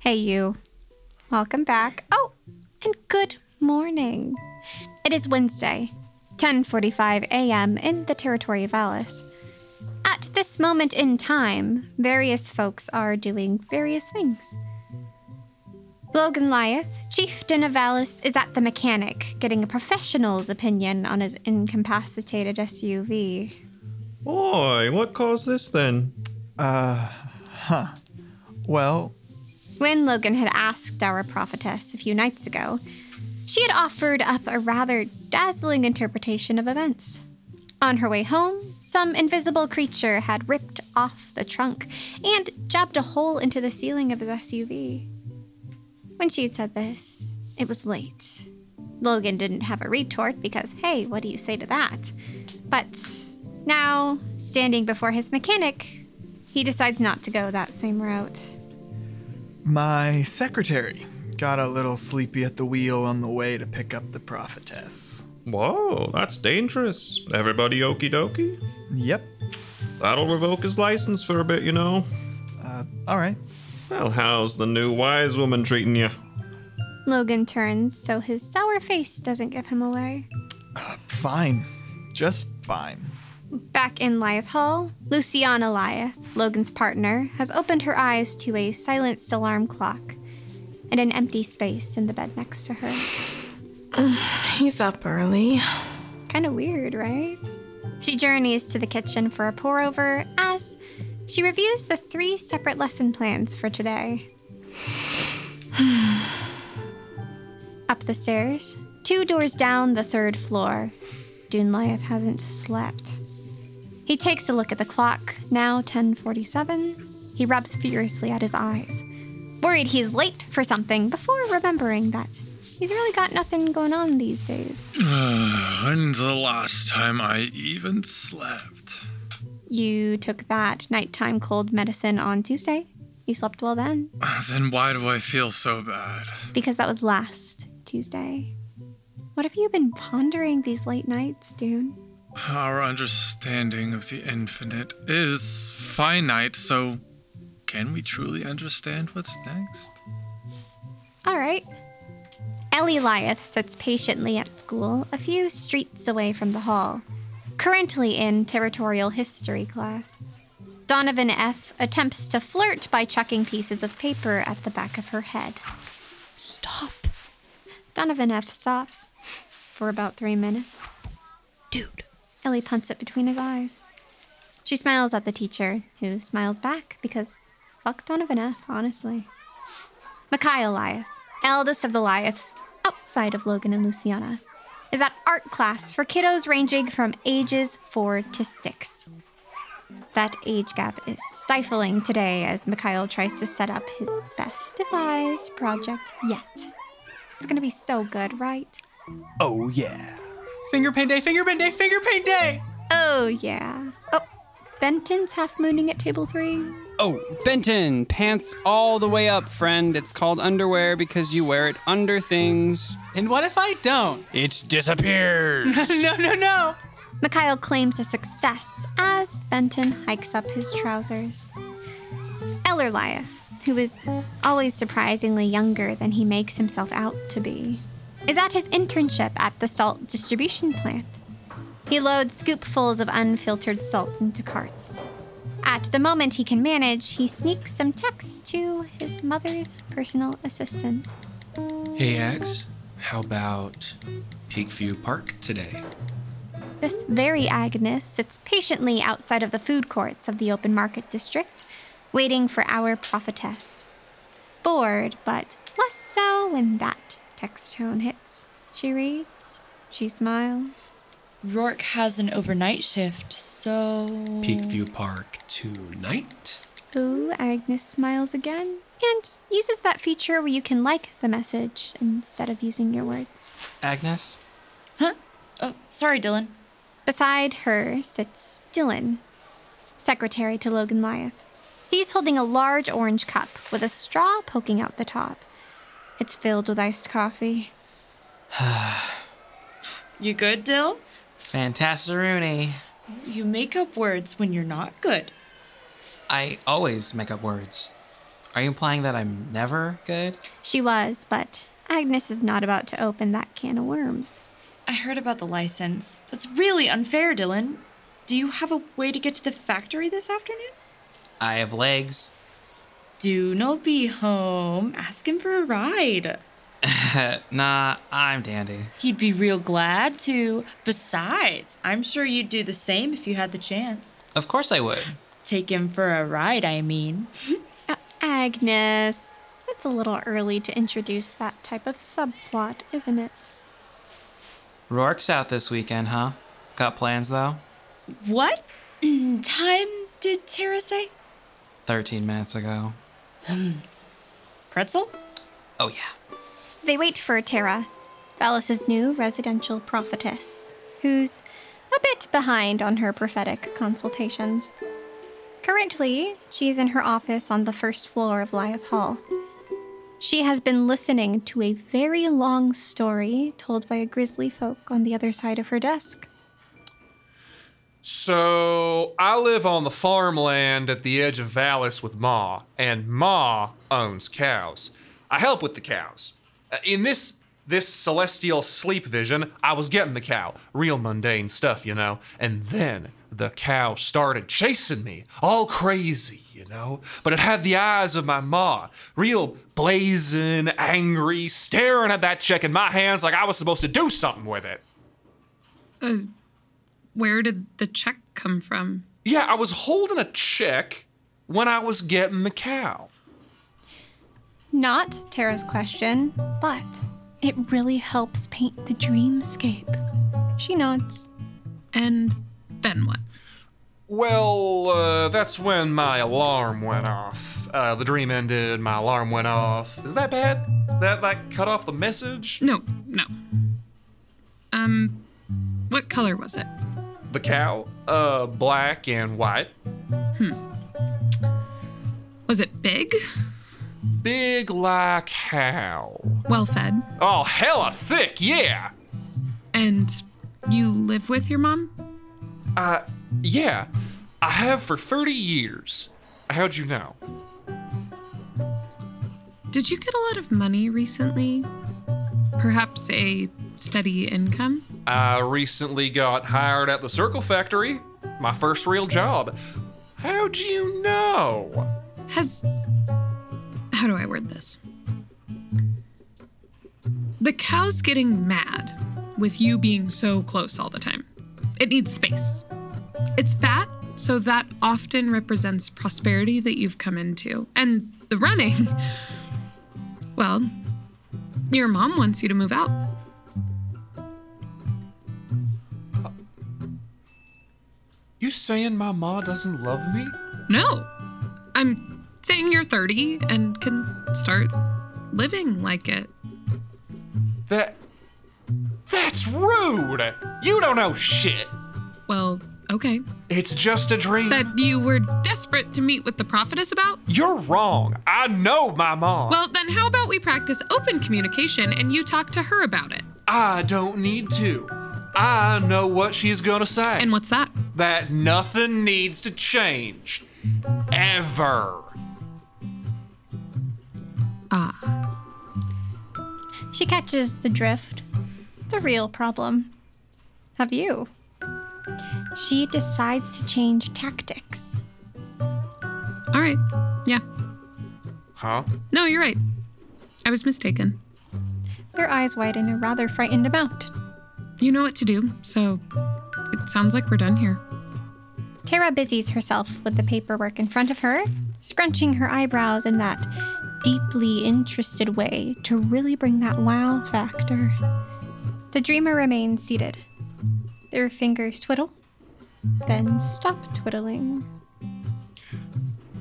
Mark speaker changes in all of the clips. Speaker 1: Hey, you. Welcome back. Oh, and good morning. It is Wednesday, 10:45 a.m. in the territory of Alice. At this moment in time, various folks are doing various things. Logan Lyeth, chieftain of Alice, is at the mechanic getting a professional's opinion on his incapacitated SUV.
Speaker 2: Oi, what caused this then?
Speaker 3: Uh, Well,
Speaker 1: When Logan had asked our prophetess a few nights ago, she had offered up a rather dazzling interpretation of events. On her way home, some invisible creature had ripped off the trunk and jabbed a hole into the ceiling of his SUV. When she had said this, it was late. Logan didn't have a retort because, hey, what do you say to that? But now, standing before his mechanic, he decides not to go that same route.
Speaker 3: my secretary got a little sleepy at the wheel on the way to pick up the prophetess.
Speaker 2: Whoa, that's dangerous. Everybody okie dokie?
Speaker 3: Yep.
Speaker 2: That'll revoke his license for a bit, you know.
Speaker 3: Uh, All right.
Speaker 2: Well, how's the new wise woman treating you?
Speaker 1: Logan turns so his sour face doesn't give him away.
Speaker 3: Fine. Just fine.
Speaker 1: Back in Lyeth Hall, Luciana Lyeth, Logan's partner, has opened her eyes to a silenced alarm clock and an empty space in the bed next to her.
Speaker 4: He's up early.
Speaker 1: Kind of weird, right? She journeys to the kitchen for a pour over as she reviews the three separate lesson plans for today. Up the stairs, two doors down the third floor, Dunlyeth hasn't slept. He takes a look at the clock, now 1047. He rubs furiously at his eyes, worried he's late for something before remembering that he's really got nothing going on these days.
Speaker 5: When's the last time I even slept?
Speaker 1: You took that nighttime cold medicine on Tuesday. You slept well then
Speaker 5: Then why do I feel so bad?
Speaker 1: because that was last Tuesday. What have you been pondering these late nights, Dune?
Speaker 5: Our understanding of the infinite is finite, so can we truly understand what's next?
Speaker 1: All right. Ellie Lyeth sits patiently at school a few streets away from the hall, currently in territorial history class. Donovan F. attempts to flirt by chucking pieces of paper at the back of her head.
Speaker 6: Stop.
Speaker 1: Donovan F. stops for about three minutes.
Speaker 6: Dude.
Speaker 1: Ellie punts it between his eyes. She smiles at the teacher, who smiles back because fuck Donovan F, honestly. Micaiah Lyeth, eldest of the Lyeths, outside of Logan and Luciana, is at art class for kiddos ranging from ages four to six. That age gap is stifling today as Mikhail tries to set up his best devised project yet. It's gonna be so good, right?
Speaker 7: Oh, yeah.
Speaker 8: Finger paint day, finger paint day, finger paint day!
Speaker 1: Oh, yeah. Oh, Benton's half mooning at table three.
Speaker 7: Oh, Benton, pants all the way up, friend. It's called underwear because you wear it under things.
Speaker 8: And what if I don't?
Speaker 7: It disappears.
Speaker 8: No, no, no!
Speaker 1: Mikhail claims a success as Benton hikes up his trousers. Ellerliath, who is always surprisingly younger than he makes himself out to be, is at his internship at the salt distribution plant. He loads scoopfuls of unfiltered salt into carts. At the moment he can manage, he sneaks some texts to his mother's personal assistant.
Speaker 9: Hey, Axe. How about Peakview Park today?
Speaker 1: This very Agnes sits patiently outside of the food courts of the open market district, waiting for our prophetess. Bored, but less so when that text tone hits. She reads, she smiles.
Speaker 10: Rourke has an overnight shift, so.
Speaker 9: Peakview Park tonight?
Speaker 1: Ooh, Agnes smiles again and uses that feature where you can like the message instead of using your words.
Speaker 7: Agnes?
Speaker 10: Huh? Oh, sorry, Dylan.
Speaker 1: Beside her sits Dylan, secretary to Logan Lyeth. He's holding a large orange cup with a straw poking out the top. It's filled with iced coffee.
Speaker 10: You good, Dill?
Speaker 8: Fantasaroonie.
Speaker 10: You make up words when you're not good.
Speaker 8: I always make up words. Are you implying that I'm never good?
Speaker 1: She was, but Agnes is not about to open that can of worms.
Speaker 10: I heard about the license. That's really unfair, Dylan. Do you have a way to get to the factory this afternoon?
Speaker 8: I have legs.
Speaker 10: Do not be home. Ask him for a ride.
Speaker 8: Nah, I'm dandy.
Speaker 10: He'd be real glad to. Besides, I'm sure you'd do the same if you had the chance.
Speaker 8: Of course I would.
Speaker 10: Take him for a ride, I mean.
Speaker 1: Uh, Agnes, it's a little early to introduce that type of subplot, isn't it?
Speaker 8: Rourke's out this weekend, huh? Got plans though?
Speaker 10: What Mm, time did Tara say?
Speaker 8: 13 minutes ago.
Speaker 10: Hmm. Pretzel?
Speaker 8: Oh, yeah.
Speaker 1: They wait for Tara, Alice's new residential prophetess, who's a bit behind on her prophetic consultations. Currently, she's in her office on the first floor of Lyeth Hall. She has been listening to a very long story told by a grisly folk on the other side of her desk.
Speaker 11: So I live on the farmland at the edge of Valis with Ma, and Ma owns cows. I help with the cows. Uh, In this this celestial sleep vision, I was getting the cow, real mundane stuff, you know. And then the cow started chasing me, all crazy, you know. But it had the eyes of my ma, real blazing, angry, staring at that check in my hands like I was supposed to do something with it.
Speaker 12: Oh, Where did the check come from?
Speaker 11: Yeah, I was holding a check when I was getting the cow.
Speaker 1: Not Tara's question, but it really helps paint the dreamscape. She nods.
Speaker 12: And then what?
Speaker 11: Well, uh, that's when my alarm went off. Uh, the dream ended, my alarm went off. Is that bad? That, like, cut off the message?
Speaker 12: No, no. Um, what color was it?
Speaker 11: The cow? Uh, black and white.
Speaker 12: Was it big?
Speaker 11: Big like how?
Speaker 12: Well fed?
Speaker 11: Oh, hella thick, yeah!
Speaker 12: And you live with your mom?
Speaker 11: Uh, yeah. I have for 30 years. How'd you know?
Speaker 12: Did you get a lot of money recently? Perhaps a steady income?
Speaker 11: I recently got hired at the Circle Factory. My first real job. How'd you know?
Speaker 12: Has. How do I word this? The cow's getting mad with you being so close all the time. It needs space. It's fat, so that often represents prosperity that you've come into. And the running. Well, your mom wants you to move out.
Speaker 9: You saying my ma doesn't love me?
Speaker 12: No. I'm saying you're 30 and can start living like it.
Speaker 11: That. That's rude! You don't know shit!
Speaker 12: Well, okay.
Speaker 11: It's just a dream.
Speaker 12: That you were desperate to meet with the prophetess about?
Speaker 11: You're wrong. I know my mom.
Speaker 12: Well, then how about we practice open communication and you talk to her about it?
Speaker 11: I don't need to. I know what she's gonna say.
Speaker 12: And what's that?
Speaker 11: That nothing needs to change. Ever.
Speaker 12: Ah.
Speaker 1: She catches the drift. The real problem. Have you? She decides to change tactics.
Speaker 12: All right. Yeah.
Speaker 11: Huh?
Speaker 12: No, you're right. I was mistaken.
Speaker 1: Their eyes widen a rather frightened amount.
Speaker 12: You know what to do, so it sounds like we're done here.
Speaker 1: Tara busies herself with the paperwork in front of her, scrunching her eyebrows in that deeply interested way to really bring that wow factor. The dreamer remains seated. Their fingers twiddle, then stop twiddling.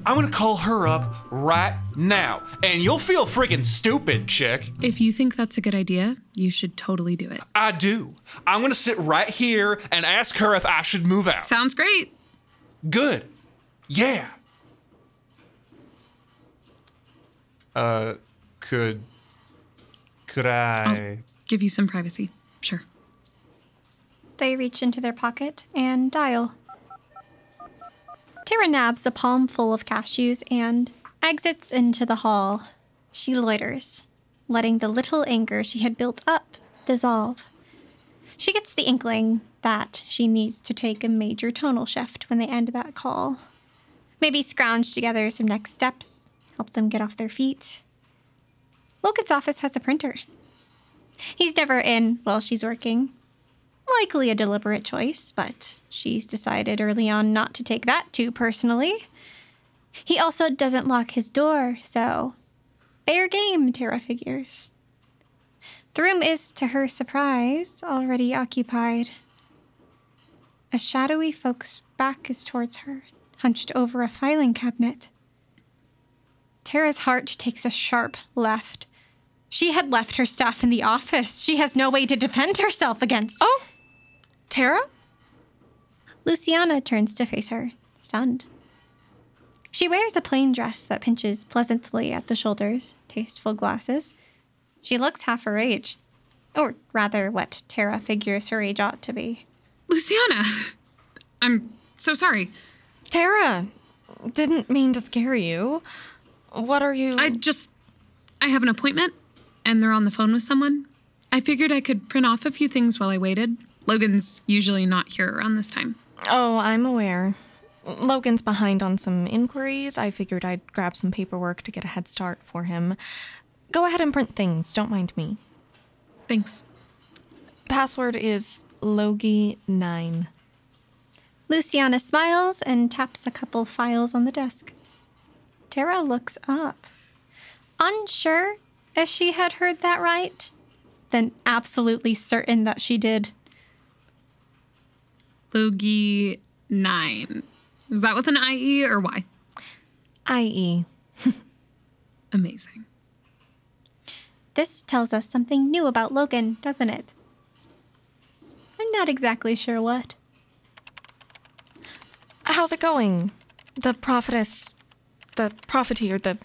Speaker 11: I'm gonna call her up right now, and you'll feel freaking stupid, chick.
Speaker 12: If you think that's a good idea, you should totally do it.
Speaker 11: I do. I'm gonna sit right here and ask her if I should move out.
Speaker 12: Sounds great.
Speaker 11: Good. Yeah. Uh, could. Could I.
Speaker 12: Give you some privacy. Sure.
Speaker 1: They reach into their pocket and dial. Tara nabs a palm full of cashews and exits into the hall. She loiters, letting the little anger she had built up dissolve. She gets the inkling that she needs to take a major tonal shift when they end that call. Maybe scrounge together some next steps, help them get off their feet. Logan's office has a printer. He's never in while she's working, Likely a deliberate choice, but she's decided early on not to take that too personally. He also doesn't lock his door, so fair game, Tara figures. The room is, to her surprise, already occupied. A shadowy folk's back is towards her, hunched over a filing cabinet. Tara's heart takes a sharp left. She had left her stuff in the office. She has no way to defend herself against.
Speaker 10: Oh! Tara?
Speaker 1: Luciana turns to face her, stunned. She wears a plain dress that pinches pleasantly at the shoulders, tasteful glasses. She looks half her age, or rather, what Tara figures her age ought to be.
Speaker 12: Luciana! I'm so sorry.
Speaker 10: Tara! Didn't mean to scare you. What are you.
Speaker 12: I just. I have an appointment, and they're on the phone with someone. I figured I could print off a few things while I waited. Logan's usually not here around this time.
Speaker 10: Oh, I'm aware. Logan's behind on some inquiries. I figured I'd grab some paperwork to get a head start for him. Go ahead and print things. Don't mind me.
Speaker 12: Thanks.
Speaker 10: Password is Logie9.
Speaker 1: Luciana smiles and taps a couple files on the desk. Tara looks up. Unsure if she had heard that right, then absolutely certain that she did.
Speaker 12: Logie 9. Is that with an IE or Y?
Speaker 10: IE.
Speaker 12: Amazing.
Speaker 1: This tells us something new about Logan, doesn't it? I'm not exactly sure what.
Speaker 10: How's it going? The prophetess. The profiteer, the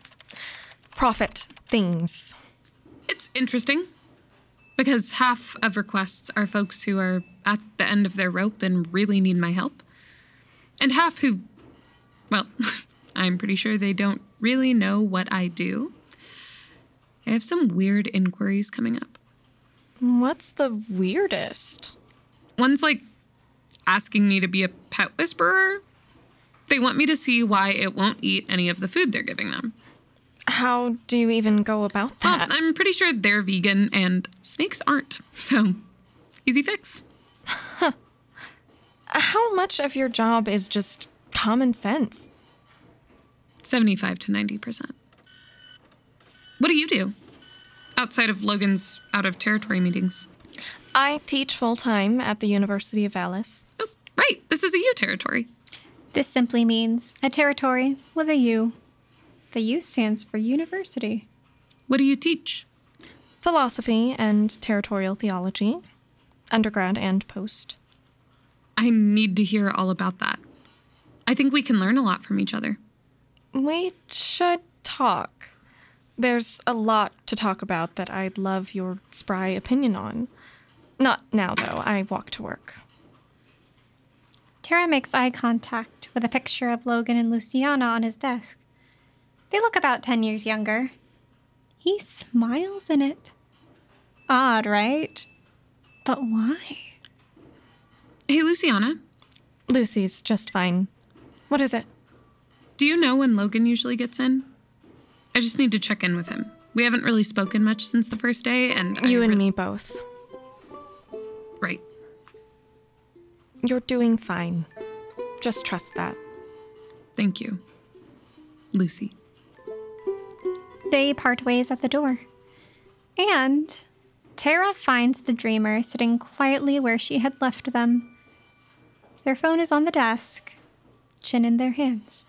Speaker 10: prophet things.
Speaker 12: It's interesting because half of requests are folks who are at the end of their rope and really need my help, and half who, well, I'm pretty sure they don't really know what I do. I have some weird inquiries coming up.
Speaker 10: What's the weirdest?
Speaker 12: One's like asking me to be a pet whisperer. They want me to see why it won't eat any of the food they're giving them.
Speaker 10: How do you even go about
Speaker 12: Well,
Speaker 10: that?
Speaker 12: I'm pretty sure they're vegan and snakes aren't. So, easy fix.
Speaker 10: How much of your job is just common sense?
Speaker 12: 75 to 90%. What do you do? Outside of Logan's out of territory meetings.
Speaker 10: I teach full time at the University of Alice.
Speaker 12: Oh, Right, this is a U territory.
Speaker 1: This simply means a territory with a U. The U stands for university.
Speaker 12: What do you teach?
Speaker 10: Philosophy and territorial theology, undergrad and post.
Speaker 12: I need to hear all about that. I think we can learn a lot from each other.
Speaker 10: We should talk. There's a lot to talk about that I'd love your spry opinion on. Not now, though. I walk to work.
Speaker 1: Tara makes eye contact with a picture of Logan and Luciana on his desk. They look about 10 years younger. He smiles in it. Odd, right? But why?
Speaker 12: Hey, Luciana.
Speaker 10: Lucy's just fine. What is it?
Speaker 12: Do you know when Logan usually gets in? I just need to check in with him. We haven't really spoken much since the first day, and I
Speaker 10: You and
Speaker 12: re-
Speaker 10: me both.
Speaker 12: Right.
Speaker 10: You're doing fine. Just trust that.
Speaker 12: Thank you, Lucy.
Speaker 1: They part ways at the door. And Tara finds the dreamer sitting quietly where she had left them. Their phone is on the desk, chin in their hands.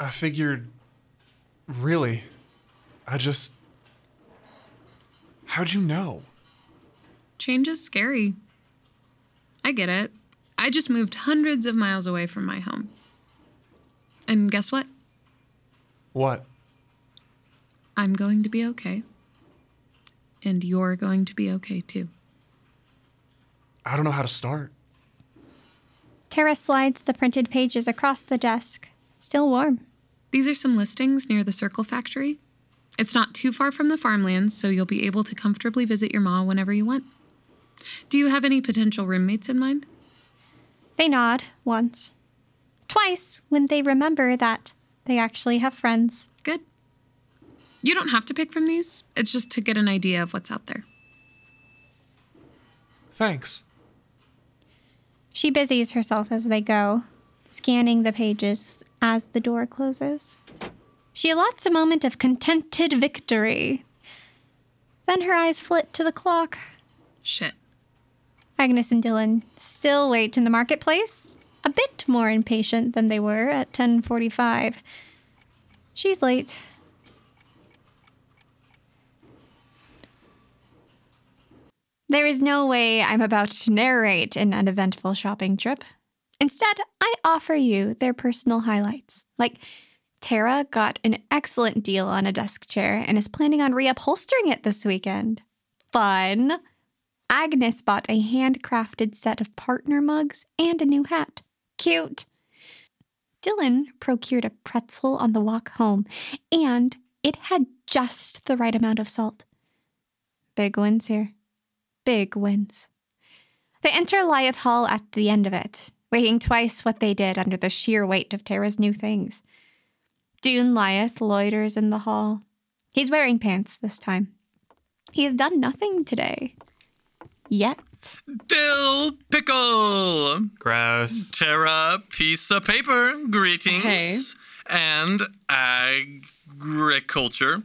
Speaker 9: I figured, really, I just. How'd you know?
Speaker 12: Change is scary. I get it. I just moved hundreds of miles away from my home. And guess what?
Speaker 9: What?
Speaker 12: I'm going to be okay. And you're going to be okay too.
Speaker 9: I don't know how to start.
Speaker 1: Tara slides the printed pages across the desk, still warm.
Speaker 12: These are some listings near the Circle Factory. It's not too far from the farmlands, so you'll be able to comfortably visit your ma whenever you want. Do you have any potential roommates in mind?
Speaker 1: They nod once, twice when they remember that they actually have friends.
Speaker 12: Good. You don't have to pick from these, it's just to get an idea of what's out there.
Speaker 9: Thanks.
Speaker 1: She busies herself as they go, scanning the pages as the door closes. She allots a moment of contented victory. Then her eyes flit to the clock.
Speaker 12: Shit.
Speaker 1: Agnes and Dylan still wait in the marketplace, a bit more impatient than they were at 10:45. She's late. There is no way I'm about to narrate an uneventful shopping trip. Instead, I offer you their personal highlights. Like, Tara got an excellent deal on a desk chair and is planning on reupholstering it this weekend. Fun. Agnes bought a handcrafted set of partner mugs and a new hat. Cute. Dylan procured a pretzel on the walk home, and it had just the right amount of salt. Big wins here big wins. They enter Lyeth Hall at the end of it, weighing twice what they did under the sheer weight of Tara's new things. Dune Lyeth loiters in the hall. He's wearing pants this time. He has done nothing today. Yet.
Speaker 13: Dill pickle.
Speaker 8: Gross.
Speaker 13: Terra piece of paper. Greetings.
Speaker 8: Hey.
Speaker 13: And agriculture.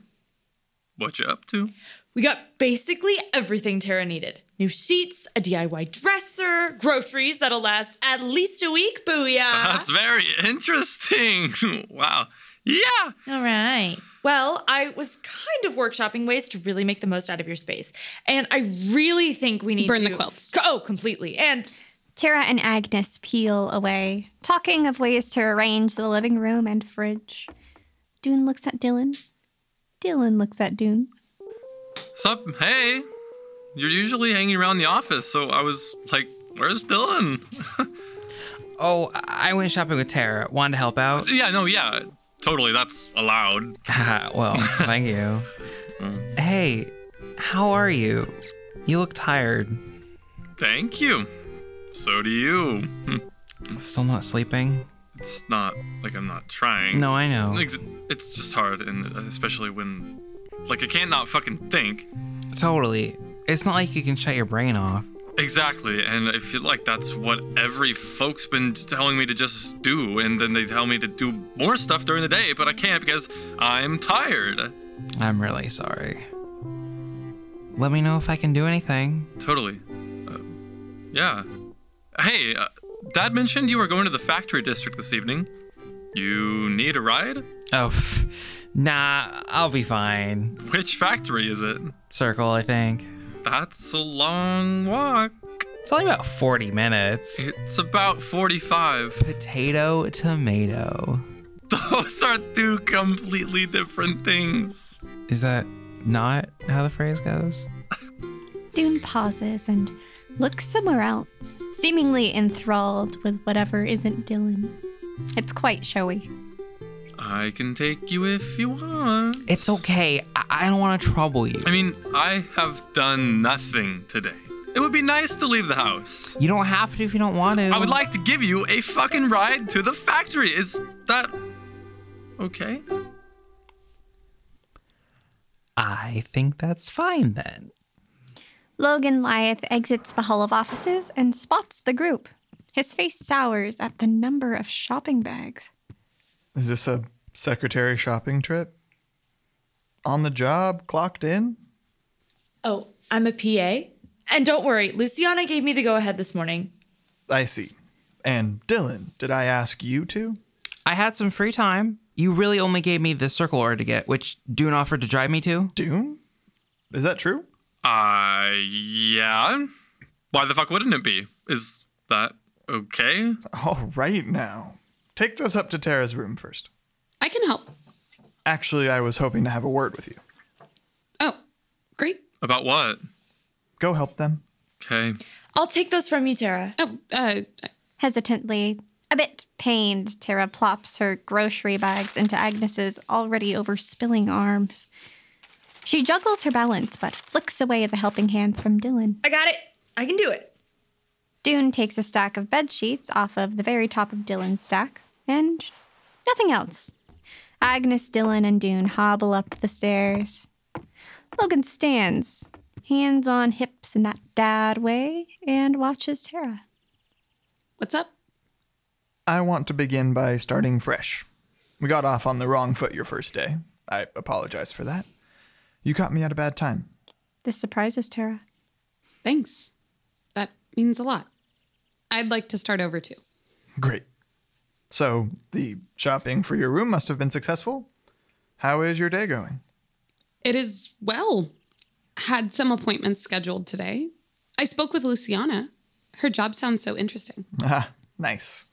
Speaker 13: What you up to?
Speaker 14: We got basically everything Tara needed new sheets, a DIY dresser, groceries that'll last at least a week. Booyah!
Speaker 13: That's very interesting. wow. Yeah.
Speaker 14: All right. Well, I was kind of workshopping ways to really make the most out of your space. And I really think we need
Speaker 12: Burn
Speaker 14: to
Speaker 12: the quilts.
Speaker 14: Oh, completely. And
Speaker 1: Tara and Agnes peel away, talking of ways to arrange the living room and fridge. Dune looks at Dylan. Dylan looks at Dune.
Speaker 13: Sup? Hey. You're usually hanging around the office, so I was like, where's Dylan?
Speaker 8: Oh, I I went shopping with Tara. Wanted to help out.
Speaker 13: Yeah, no, yeah. Totally. That's allowed.
Speaker 8: well, thank you.
Speaker 13: Mm.
Speaker 8: Hey, how are you? You look tired.
Speaker 13: Thank you. So do you. Hmm,
Speaker 8: Still not sleeping?
Speaker 13: It's not like I'm not trying.
Speaker 8: No, I know.
Speaker 13: Ex- It's just hard, and especially when, like, I can't not fucking think.
Speaker 8: Totally. It's not like you can shut your brain off.
Speaker 13: Exactly, and I feel like that's what every folk's been telling me to just do, and then they tell me to do more stuff during the day, but I can't because I'm tired.
Speaker 8: I'm really sorry. Let me know if I can do anything.
Speaker 13: Totally. Uh, yeah. Hey, uh, Dad mentioned you were going to the factory district this evening. You need a ride?
Speaker 8: Oh, pff, nah, I'll be fine.
Speaker 13: Which factory is it?
Speaker 8: Circle, I think.
Speaker 13: That's a long walk.
Speaker 8: It's only about 40 minutes.
Speaker 13: It's about 45.
Speaker 8: Potato, tomato.
Speaker 13: Those are two completely different things.
Speaker 8: Is that not how the phrase goes?
Speaker 1: Dune pauses and looks somewhere else, seemingly enthralled with whatever isn't Dylan. It's quite showy.
Speaker 13: I can take you if you want.
Speaker 8: It's okay. I, I don't want to trouble you.
Speaker 13: I mean, I have done nothing today. It would be nice to leave the house.
Speaker 8: You don't have to if you don't want to.
Speaker 13: I would like to give you a fucking ride to the factory. Is that okay?
Speaker 8: I think that's fine then.
Speaker 1: Logan Lyeth exits the Hall of Offices and spots the group. His face sours at the number of shopping bags.
Speaker 3: Is this a secretary shopping trip? On the job, clocked in?
Speaker 14: Oh, I'm a PA? And don't worry, Luciana gave me the go ahead this morning.
Speaker 3: I see. And Dylan, did I ask you to?
Speaker 8: I had some free time. You really only gave me the circle order to get, which Dune offered to drive me to.
Speaker 3: Dune? Is that true?
Speaker 13: Uh, yeah. Why the fuck wouldn't it be? Is that okay?
Speaker 3: All right now. Take those up to Tara's room first.
Speaker 12: I can help.
Speaker 3: Actually, I was hoping to have a word with you.
Speaker 12: Oh, great.
Speaker 13: About what?
Speaker 3: Go help them.
Speaker 13: Okay.
Speaker 14: I'll take those from you, Tara.
Speaker 12: Oh, uh,
Speaker 1: Hesitantly, a bit pained, Tara plops her grocery bags into Agnes's already overspilling arms. She juggles her balance but flicks away the helping hands from Dylan.
Speaker 14: I got it. I can do it.
Speaker 1: Dune takes a stack of bed sheets off of the very top of Dylan's stack, and nothing else. Agnes, Dylan, and Dune hobble up the stairs. Logan stands, hands on hips in that dad way, and watches Tara.
Speaker 12: What's up?
Speaker 3: I want to begin by starting fresh. We got off on the wrong foot your first day. I apologize for that. You caught me at a bad time.
Speaker 1: This surprises Tara.
Speaker 12: Thanks. That means a lot. I'd like to start over too.
Speaker 3: Great. So, the shopping for your room must have been successful. How is your day going?
Speaker 12: It is well. Had some appointments scheduled today. I spoke with Luciana. Her job sounds so interesting.
Speaker 3: Ah, nice.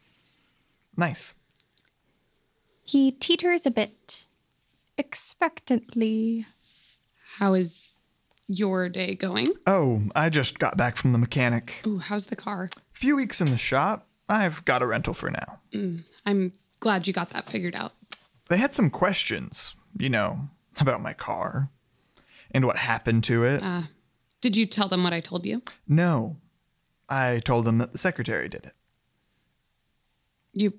Speaker 3: Nice.
Speaker 1: He teeters a bit, expectantly.
Speaker 12: How is your day going?
Speaker 3: Oh, I just got back from the mechanic.
Speaker 12: Ooh, how's the car?
Speaker 3: Few weeks in the shop. I've got a rental for now.
Speaker 12: Mm, I'm glad you got that figured out.
Speaker 3: They had some questions, you know, about my car and what happened to it.
Speaker 12: Uh, did you tell them what I told you?
Speaker 3: No. I told them that the secretary did it.
Speaker 12: You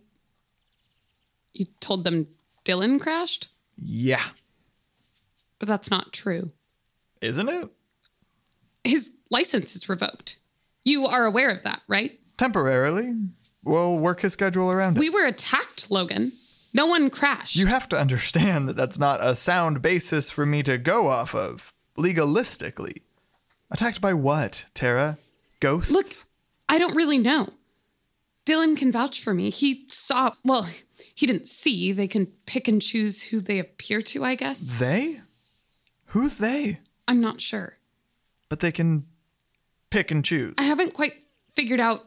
Speaker 12: you told them Dylan crashed?
Speaker 3: Yeah.
Speaker 12: But that's not true.
Speaker 3: Isn't it?
Speaker 12: His license is revoked. You are aware of that, right?
Speaker 3: Temporarily. We'll work his schedule around
Speaker 12: We
Speaker 3: it.
Speaker 12: were attacked, Logan. No one crashed.
Speaker 3: You have to understand that that's not a sound basis for me to go off of, legalistically. Attacked by what, Tara? Ghosts?
Speaker 12: Look, I don't really know. Dylan can vouch for me. He saw, well, he didn't see. They can pick and choose who they appear to, I guess.
Speaker 3: They? Who's they?
Speaker 12: I'm not sure.
Speaker 3: But they can pick and choose.
Speaker 12: I haven't quite figured out,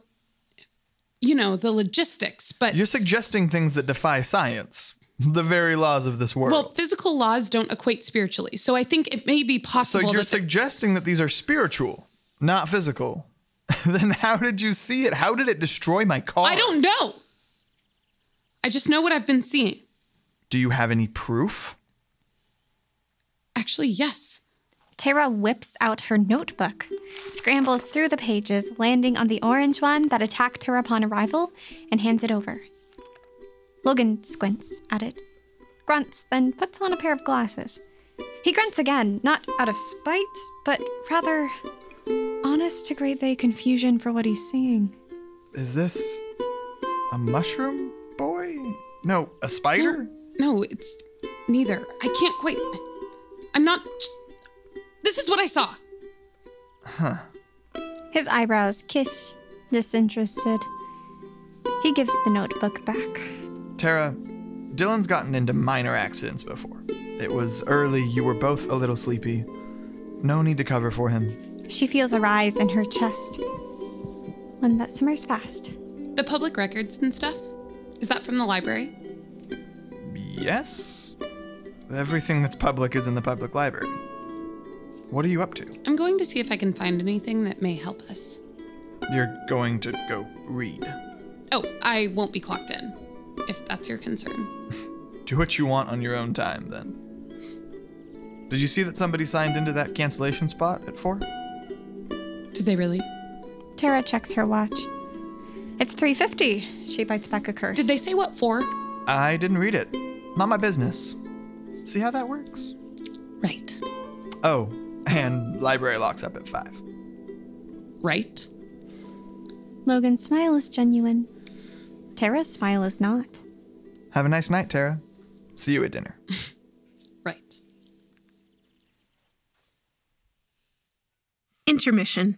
Speaker 12: you know, the logistics, but
Speaker 3: You're suggesting things that defy science, the very laws of this world.
Speaker 12: well, physical laws don't equate spiritually. So I think it may be
Speaker 3: so
Speaker 12: possible
Speaker 3: you're
Speaker 12: that the-
Speaker 3: suggesting that these are spiritual, not physical. then how did you see it? How did it destroy my car?
Speaker 12: I don't know. I just know what I've been seeing.
Speaker 3: Do you have any proof?
Speaker 12: Actually, yes.
Speaker 1: Tara whips out her notebook, scrambles through the pages, landing on the orange one that attacked her upon arrival, and hands it over. Logan squints at it, grunts, then puts on a pair of glasses. He grunts again, not out of spite, but rather honest to grade A confusion for what he's seeing.
Speaker 3: Is this a mushroom boy? No, a spider?
Speaker 12: No, it's neither. I can't quite. I'm not. This is what I saw.
Speaker 3: Huh.
Speaker 1: His eyebrows kiss, disinterested. He gives the notebook back.
Speaker 3: Tara, Dylan's gotten into minor accidents before. It was early, you were both a little sleepy. No need to cover for him.
Speaker 1: She feels a rise in her chest. One that simmers fast.
Speaker 12: The public records and stuff? Is that from the library?
Speaker 3: Yes? Everything that's public is in the public library. What are you up to?
Speaker 12: I'm going to see if I can find anything that may help us.
Speaker 3: You're going to go read.
Speaker 12: Oh, I won't be clocked in, if that's your concern.
Speaker 3: Do what you want on your own time then. Did you see that somebody signed into that cancellation spot at 4?
Speaker 12: Did they really?
Speaker 1: Tara checks her watch. It's 3:50. She bites back a curse. Did they
Speaker 12: say what for?
Speaker 3: I didn't read it. Not my business. See how that works?
Speaker 12: Right.
Speaker 3: Oh, and library locks up at 5.
Speaker 12: Right?
Speaker 1: Logan's smile is genuine. Tara's smile is not.
Speaker 3: Have a nice night, Tara. See you at dinner.
Speaker 12: Right.
Speaker 15: Intermission.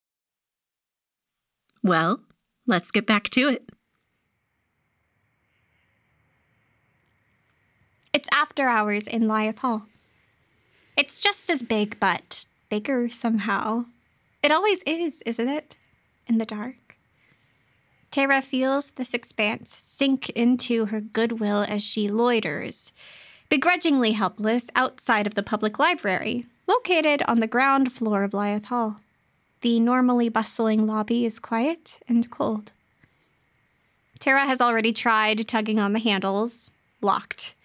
Speaker 16: Well, let's get back to it.
Speaker 1: It's after hours in Lyeth Hall. It's just as big, but bigger somehow. It always is, isn't it? In the dark. Tara feels this expanse sink into her goodwill as she loiters, begrudgingly helpless, outside of the public library, located on the ground floor of Lyeth Hall. The normally bustling lobby is quiet and cold. Tara has already tried tugging on the handles, locked.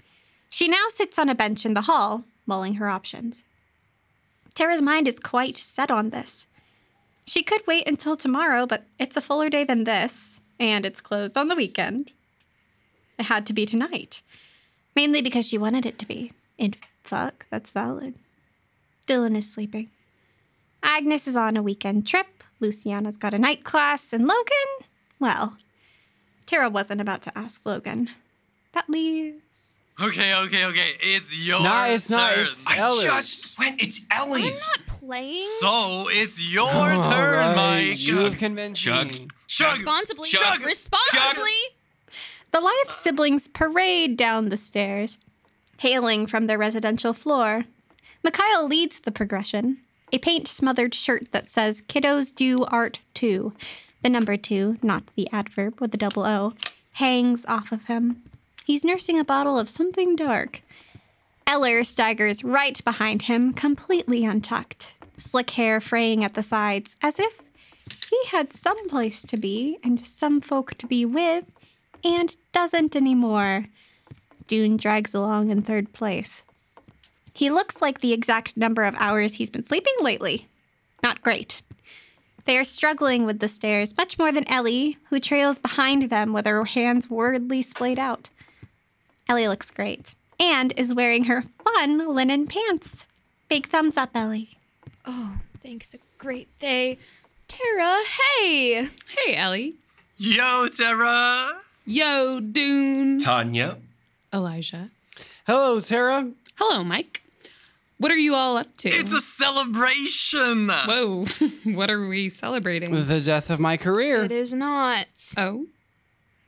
Speaker 1: She now sits on a bench in the hall, mulling her options. Tara's mind is quite set on this. She could wait until tomorrow, but it's a fuller day than this, and it's closed on the weekend. It had to be tonight, mainly because she wanted it to be. And fuck, that's valid. Dylan is sleeping. Agnes is on a weekend trip. Luciana's got a night class. And Logan? Well, Tara wasn't about to ask Logan. That leaves.
Speaker 13: Okay, okay, okay. It's your
Speaker 7: No, it's
Speaker 13: turn.
Speaker 7: not. It's
Speaker 13: I
Speaker 7: Ellie's.
Speaker 13: just
Speaker 11: went. It's
Speaker 13: Ellie's.
Speaker 1: Playing?
Speaker 13: So it's your
Speaker 8: Oh.
Speaker 7: All
Speaker 13: turn,
Speaker 7: right,
Speaker 13: Mike.
Speaker 7: you have convinced
Speaker 13: Chug.
Speaker 7: me.
Speaker 13: Chug.
Speaker 16: Responsibly.
Speaker 13: Chug.
Speaker 16: Responsibly.
Speaker 1: The Lyeth siblings parade down the stairs, hailing from their residential floor. Mikhail leads the progression, a paint smothered shirt that says, Kiddos do art too. The number two, not the adverb with the double O, hangs off of him. He's nursing a bottle of something dark. Eller staggers right behind him, completely untucked, slick hair fraying at the sides, as if he had some place to be and some folk to be with, and doesn't anymore. Dune drags along in third place. He looks like the exact number of hours he's been sleeping lately. Not great. They are struggling with the stairs much more than Ellie, who trails behind them with her hands wordly splayed out. Ellie looks great and is wearing her fun linen pants. Big thumbs up, Ellie.
Speaker 6: Oh, thank the great they. Tara, hey!
Speaker 12: Hey, Ellie.
Speaker 13: Yo, Tara.
Speaker 12: Yo, Dune.
Speaker 9: Tanya.
Speaker 12: Elijah.
Speaker 7: Hello, Tara.
Speaker 12: Hello, Mike. What are you all up to? It's
Speaker 13: a celebration.
Speaker 12: Whoa. what are we celebrating?
Speaker 7: The death of my career.
Speaker 12: is not. Oh.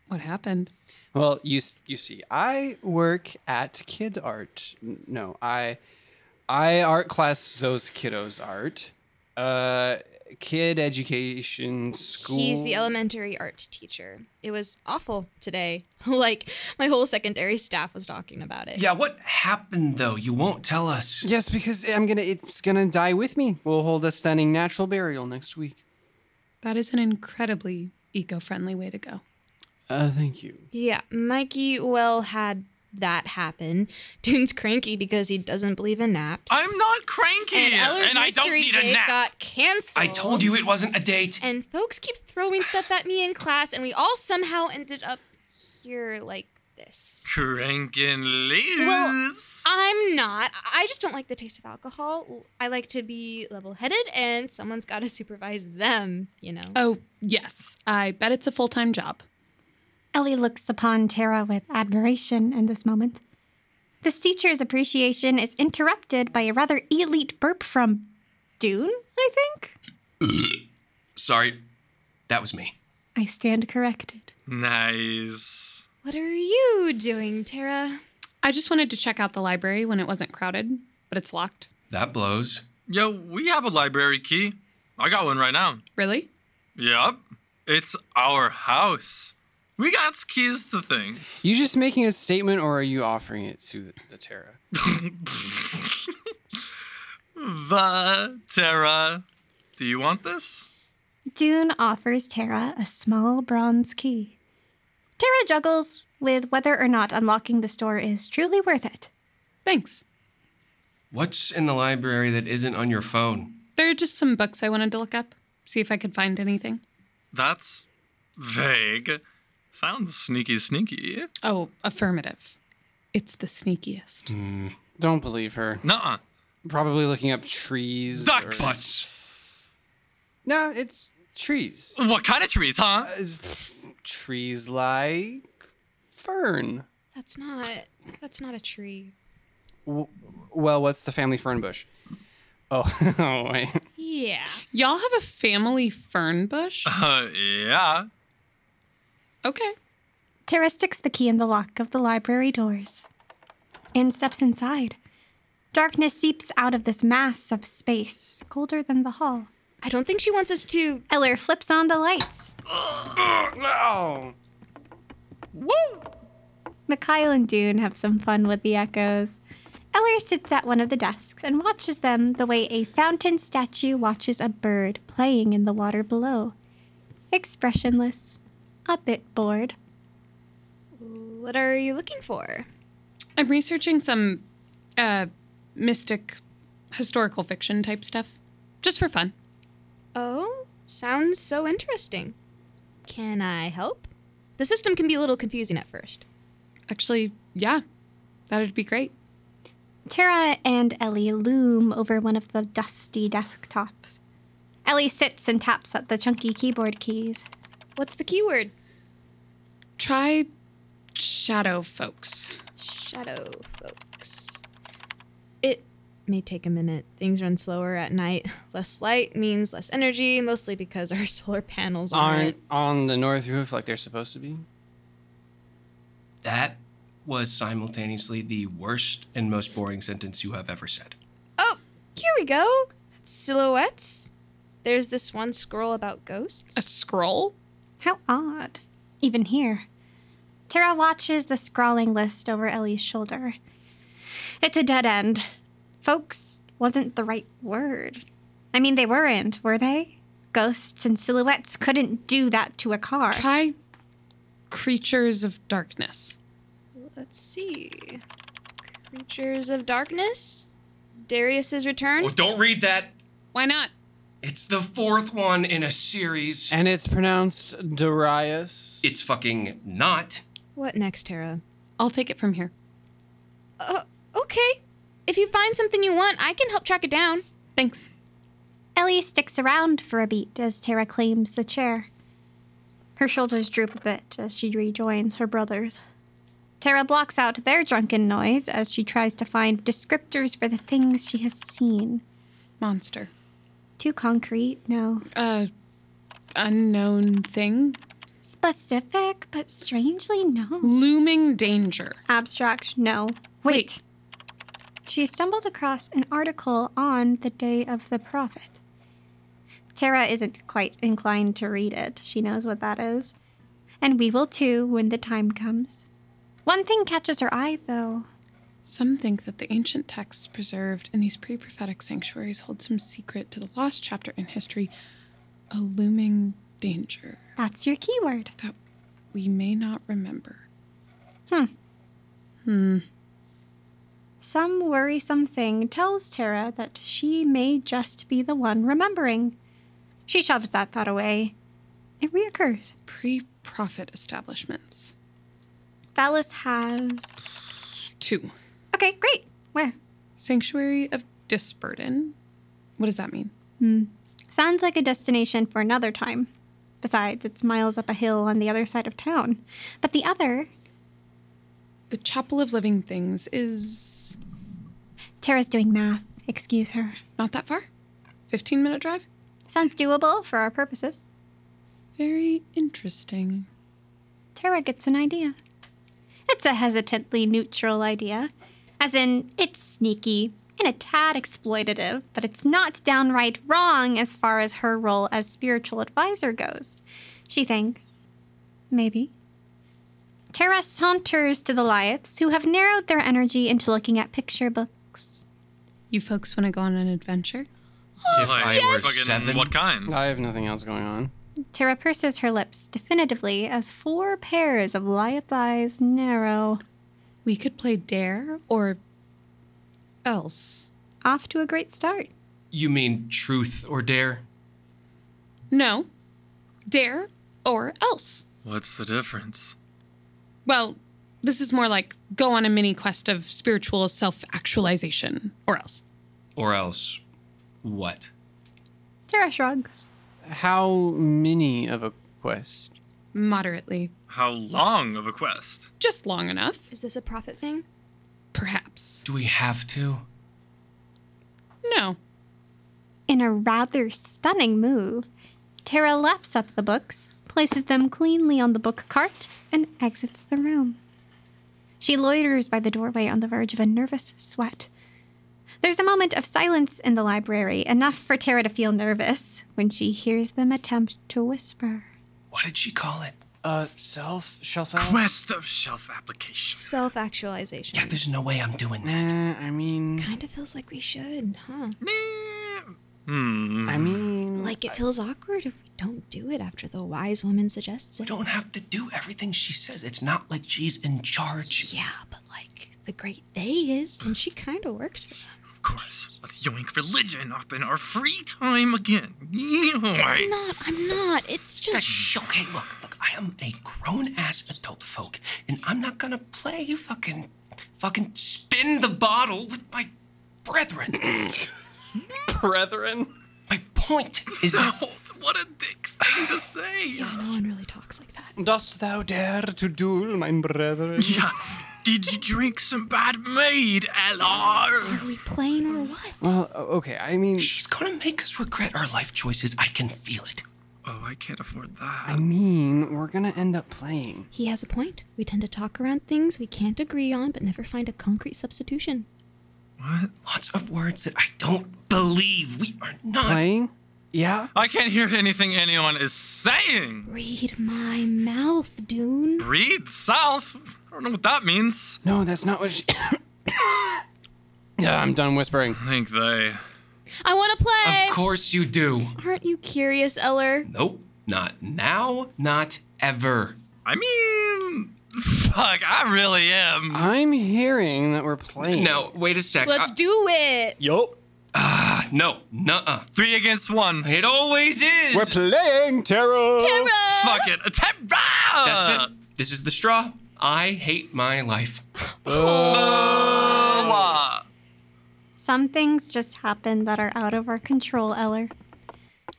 Speaker 12: What happened?
Speaker 7: Well, you s- you see, I work at Kid Art. N- No, I I art class those kiddos art. Uh, kid education school.
Speaker 6: He's the elementary art teacher. It was awful today. like, my whole secondary staff was talking about it.
Speaker 17: Yeah, what happened though? You won't tell us.
Speaker 7: Yes, because I'm gonna. It's gonna die with me. We'll hold a stunning natural burial next week.
Speaker 12: That is an incredibly eco friendly way to go.
Speaker 7: Uh, thank you.
Speaker 6: Yeah, Mikey well had that happen. Dune's cranky because he doesn't believe in naps.
Speaker 17: I'm not cranky,
Speaker 6: And Eller's
Speaker 17: and I don't
Speaker 6: mystery
Speaker 17: need a
Speaker 6: date
Speaker 17: nap.
Speaker 6: got canceled.
Speaker 17: I told you it wasn't a date.
Speaker 6: And folks keep throwing stuff at me in class, and we all somehow ended up here like this.
Speaker 13: Crankin' Lee.
Speaker 6: Well, I'm not. I just don't like the taste of alcohol. I like to be level headed, and someone's got to supervise them, you know?
Speaker 12: Oh, yes. I bet it's a full time job.
Speaker 1: Ellie looks upon Tara with admiration in this moment. This teacher's appreciation is interrupted by a rather elite burp from Dune, I think.
Speaker 17: Sorry, that was me.
Speaker 1: I stand corrected.
Speaker 13: Nice.
Speaker 6: What are you doing, Tara?
Speaker 12: I just wanted to check out the library when it wasn't crowded, but it's locked.
Speaker 17: That blows.
Speaker 13: Yo, we have a library key. I got one right now.
Speaker 12: Really?
Speaker 13: Yup. It's our house. We got keys to things.
Speaker 7: You just making a statement, or are you offering it to the, the Terra?
Speaker 13: The Terra. Do you want this?
Speaker 1: Dune offers Tara a small bronze key. Tara juggles with whether or not unlocking the store is truly worth it.
Speaker 12: Thanks.
Speaker 17: What's in the library that isn't on your phone?
Speaker 12: There are just some books I wanted to look up, see if I could find anything.
Speaker 13: That's vague. Sounds sneaky, sneaky.
Speaker 12: Oh, affirmative. It's the sneakiest.
Speaker 7: Don't believe her.
Speaker 13: Hmm. Nuh-uh.
Speaker 7: Probably looking up trees.
Speaker 13: Ducks!
Speaker 7: No, it's trees. Uh,
Speaker 13: What kind of trees, huh?
Speaker 7: trees like fern.
Speaker 6: That's not. That's not a tree.
Speaker 7: W- well, what's the family fern bush? Oh, oh wait.
Speaker 6: Yeah.
Speaker 12: Y'all have a family fern bush?
Speaker 13: Uh, yeah.
Speaker 12: Okay.
Speaker 1: Tara sticks the key in the lock of the library doors and steps inside. Darkness seeps out of this mass of space, colder than the hall.
Speaker 6: I don't think she wants us to.
Speaker 1: Eller flips on the lights.
Speaker 7: No.
Speaker 1: Woo! Mikhail and Dune have some fun with the echoes. Eller sits at one of the desks and watches them the way a fountain statue watches a bird playing in the water below. Expressionless, a bit bored.
Speaker 6: What are you looking for?
Speaker 12: I'm researching some uh, mystic historical fiction type stuff just for fun.
Speaker 6: Oh, sounds so interesting. Can I help? The system can be a little confusing at first.
Speaker 12: Actually, yeah. That'd be great.
Speaker 1: Tara and Ellie loom over one of the dusty desktops. Ellie sits and taps at the chunky keyboard keys.
Speaker 6: What's the keyword?
Speaker 12: Try shadow folks.
Speaker 6: Shadow folks. It may take a minute. Things run slower at night. Less light means less energy, mostly because our solar panels aren't.
Speaker 7: Aren't on the north roof like they're supposed to be.
Speaker 17: That was simultaneously the worst and most boring sentence you have ever said.
Speaker 6: Oh, here we go. Silhouettes. There's this one scroll about ghosts.
Speaker 12: A scroll?
Speaker 1: How odd. Even here. Tara watches the scrawling list over Ellie's shoulder. It's a dead end. Folks wasn't the right word. I mean, they weren't, were they? Ghosts and silhouettes couldn't do that to a car.
Speaker 12: Try creatures of darkness.
Speaker 6: Let's see. Creatures of Darkness. Darius's Return.
Speaker 17: Oh, don't read that.
Speaker 12: Why not?
Speaker 17: It's the fourth one in a series.
Speaker 7: And it's pronounced Darius.
Speaker 17: It's fucking not.
Speaker 6: What next, Tara?
Speaker 12: I'll take it from here.
Speaker 6: Uh, okay. If you find something you want, I can help track it down.
Speaker 12: Thanks.
Speaker 1: Ellie sticks around for a beat as Tara claims the chair. Her shoulders droop a bit as she rejoins her brothers. Tara blocks out their drunken noise as she tries to find descriptors for the things she has seen.
Speaker 12: Monster.
Speaker 1: Too concrete? No.
Speaker 12: Uh, unknown thing?
Speaker 1: Specific, but strangely no.
Speaker 12: Looming danger.
Speaker 1: Abstract? No. Wait. She stumbled across an article on the Day of the Prophet. Tara isn't quite inclined to read it. She knows what that is. And we will too when the time comes. One thing catches her eye, though.
Speaker 12: Some think that the ancient texts preserved in these pre prophetic sanctuaries hold some secret to the lost chapter in history, a looming danger
Speaker 1: That's your keyword.
Speaker 12: we may not remember.
Speaker 1: Hmm.
Speaker 12: Hmm.
Speaker 1: Some worrisome thing tells Tara that she may just be the one remembering. She shoves that thought away. It reoccurs.
Speaker 12: Pre profit establishments.
Speaker 1: Phallus has.
Speaker 12: Two.
Speaker 1: Okay, great. Where?
Speaker 12: Sanctuary of Disburden. What does that mean?
Speaker 1: Hmm. Sounds like a destination for another time. Besides, it's miles up a hill on the other side of town. But the other.
Speaker 12: The Chapel of Living Things is.
Speaker 1: Tara's doing math. Excuse her.
Speaker 12: Not that far? 15 minute drive?
Speaker 1: Sounds doable for our purposes.
Speaker 12: Very interesting.
Speaker 1: Tara gets an idea. It's a hesitantly neutral idea, as in, it's sneaky and a tad exploitative, but it's not downright wrong as far as her role as spiritual advisor goes. She thinks. Maybe. Tara saunters to the Lyeths, who have narrowed their energy into looking at picture books.
Speaker 12: You folks want to go on an adventure?
Speaker 7: if I
Speaker 13: yes. Fucking what kind?
Speaker 7: I have nothing else going on.
Speaker 1: Tara purses her lips definitively as four pairs of Lyeth eyes narrow.
Speaker 12: We could play Dare or else.
Speaker 1: Off to a great start.
Speaker 17: You mean truth or dare?
Speaker 12: No. Dare or else.
Speaker 13: What's the difference?
Speaker 12: Well, this is more like go on a mini quest of spiritual self actualization or else.
Speaker 17: Or else what?
Speaker 1: Tara shrugs.
Speaker 7: How many of a quest?
Speaker 12: Moderately.
Speaker 13: How long of a quest?
Speaker 12: Just long enough.
Speaker 6: Is this a profit thing?
Speaker 12: Perhaps.
Speaker 17: Do we have to?
Speaker 12: No.
Speaker 1: In a rather stunning move, Tara laps up the books, places them cleanly on the book cart, and exits the room. She loiters by the doorway on the verge of a nervous sweat. There's a moment of silence in the library, enough for Tara to feel nervous when she hears them attempt to whisper.
Speaker 17: What did she call it?
Speaker 7: Uh, self shelf
Speaker 13: Quest of shelf application.
Speaker 6: Self actualization.
Speaker 17: Yeah, there's no way I'm doing that.
Speaker 7: Nah, I mean,
Speaker 6: Kind of feels like we should, huh?
Speaker 13: Hmm.
Speaker 7: I mean,
Speaker 6: Like it feels awkward if we don't do it after the wise woman suggests it.
Speaker 17: We don't have to do everything she says. It's not like she's in charge.
Speaker 6: Yeah, but like the great they is, and she kind of works for them.
Speaker 13: Of course. Let's yoink religion up in our free time again. Yoink.
Speaker 6: It's not. I'm not. It's just.
Speaker 17: Okay, look, look, I am a grown ass adult folk, and I'm not gonna play fucking fucking spin the bottle with my brethren.
Speaker 7: brethren.
Speaker 17: My point is that
Speaker 13: What a dick thing to say.
Speaker 6: No one really talks like that.
Speaker 7: Dost thou dare to duel, mine brethren?
Speaker 13: Did you drink some bad mead, LR?
Speaker 6: Are we playing or what?
Speaker 7: Well, o- okay. I mean,
Speaker 17: she's gonna make us regret our life choices. I can feel it.
Speaker 13: Oh, I can't afford that.
Speaker 7: I mean, we're gonna end up playing.
Speaker 6: He has a point. We tend to talk around things we can't agree on, but never find a concrete substitution.
Speaker 13: What?
Speaker 17: Lots of words that I don't believe. We are not
Speaker 7: Playing? Yeah.
Speaker 13: I can't hear anything anyone is saying.
Speaker 6: Read my mouth, Dune.
Speaker 13: Breed south? I don't know what that means.
Speaker 7: No, that's not what. She... yeah, I'm done whispering.
Speaker 13: I think they.
Speaker 6: I want to play.
Speaker 17: Of course you do.
Speaker 6: Aren't you curious, Eller?
Speaker 17: Nope. Not now, not ever.
Speaker 13: I mean, fuck, I really am.
Speaker 7: I'm hearing that we're playing.
Speaker 17: No, wait a sec.
Speaker 6: Let's
Speaker 17: I-
Speaker 6: do it.
Speaker 7: Yup.
Speaker 17: no, nuh-uh.
Speaker 13: Three against one.
Speaker 17: It always is.
Speaker 7: We're playing tarot.
Speaker 6: Tara.
Speaker 13: Fuck it. Attempt.
Speaker 17: That's it. This is the straw. I hate my life.
Speaker 13: Blah.
Speaker 1: Some things just happen that are out of our control, Eller.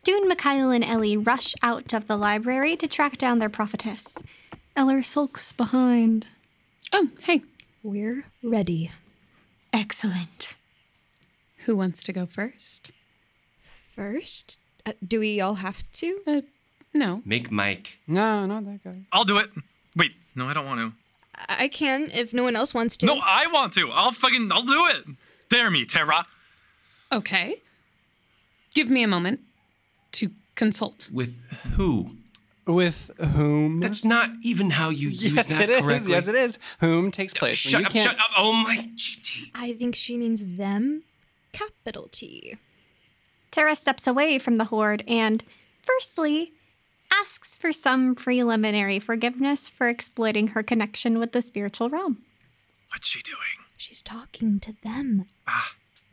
Speaker 1: Dune, Mikhail, and Ellie rush out of the library to track down their prophetess. Eller sulks behind.
Speaker 12: Oh, hey.
Speaker 6: We're ready.
Speaker 1: Excellent.
Speaker 12: Who wants to go first?
Speaker 6: First, uh, do we all have to?
Speaker 12: Uh, no.
Speaker 17: Make Mike.
Speaker 7: No, not that guy.
Speaker 13: I'll do it. Wait, no, I don't want to.
Speaker 6: I I can if no one else wants to.
Speaker 13: No, I want to. I'll fucking, I'll do it. Dare me, Terra.
Speaker 12: Okay. Give me a moment to consult.
Speaker 17: With who?
Speaker 7: With whom?
Speaker 17: That's not even how you use
Speaker 7: yes,
Speaker 17: that
Speaker 7: it is.
Speaker 17: correctly.
Speaker 7: Yes, it is. Whom takes place? when
Speaker 17: Shut
Speaker 7: you
Speaker 17: up,
Speaker 7: can't-
Speaker 17: shut up. Oh my GT.
Speaker 6: I think she means them, capital T.
Speaker 1: Tara steps away from the horde and, firstly, asks for some preliminary forgiveness for exploiting her connection with the spiritual realm.
Speaker 13: What's she doing?
Speaker 6: She's talking to them.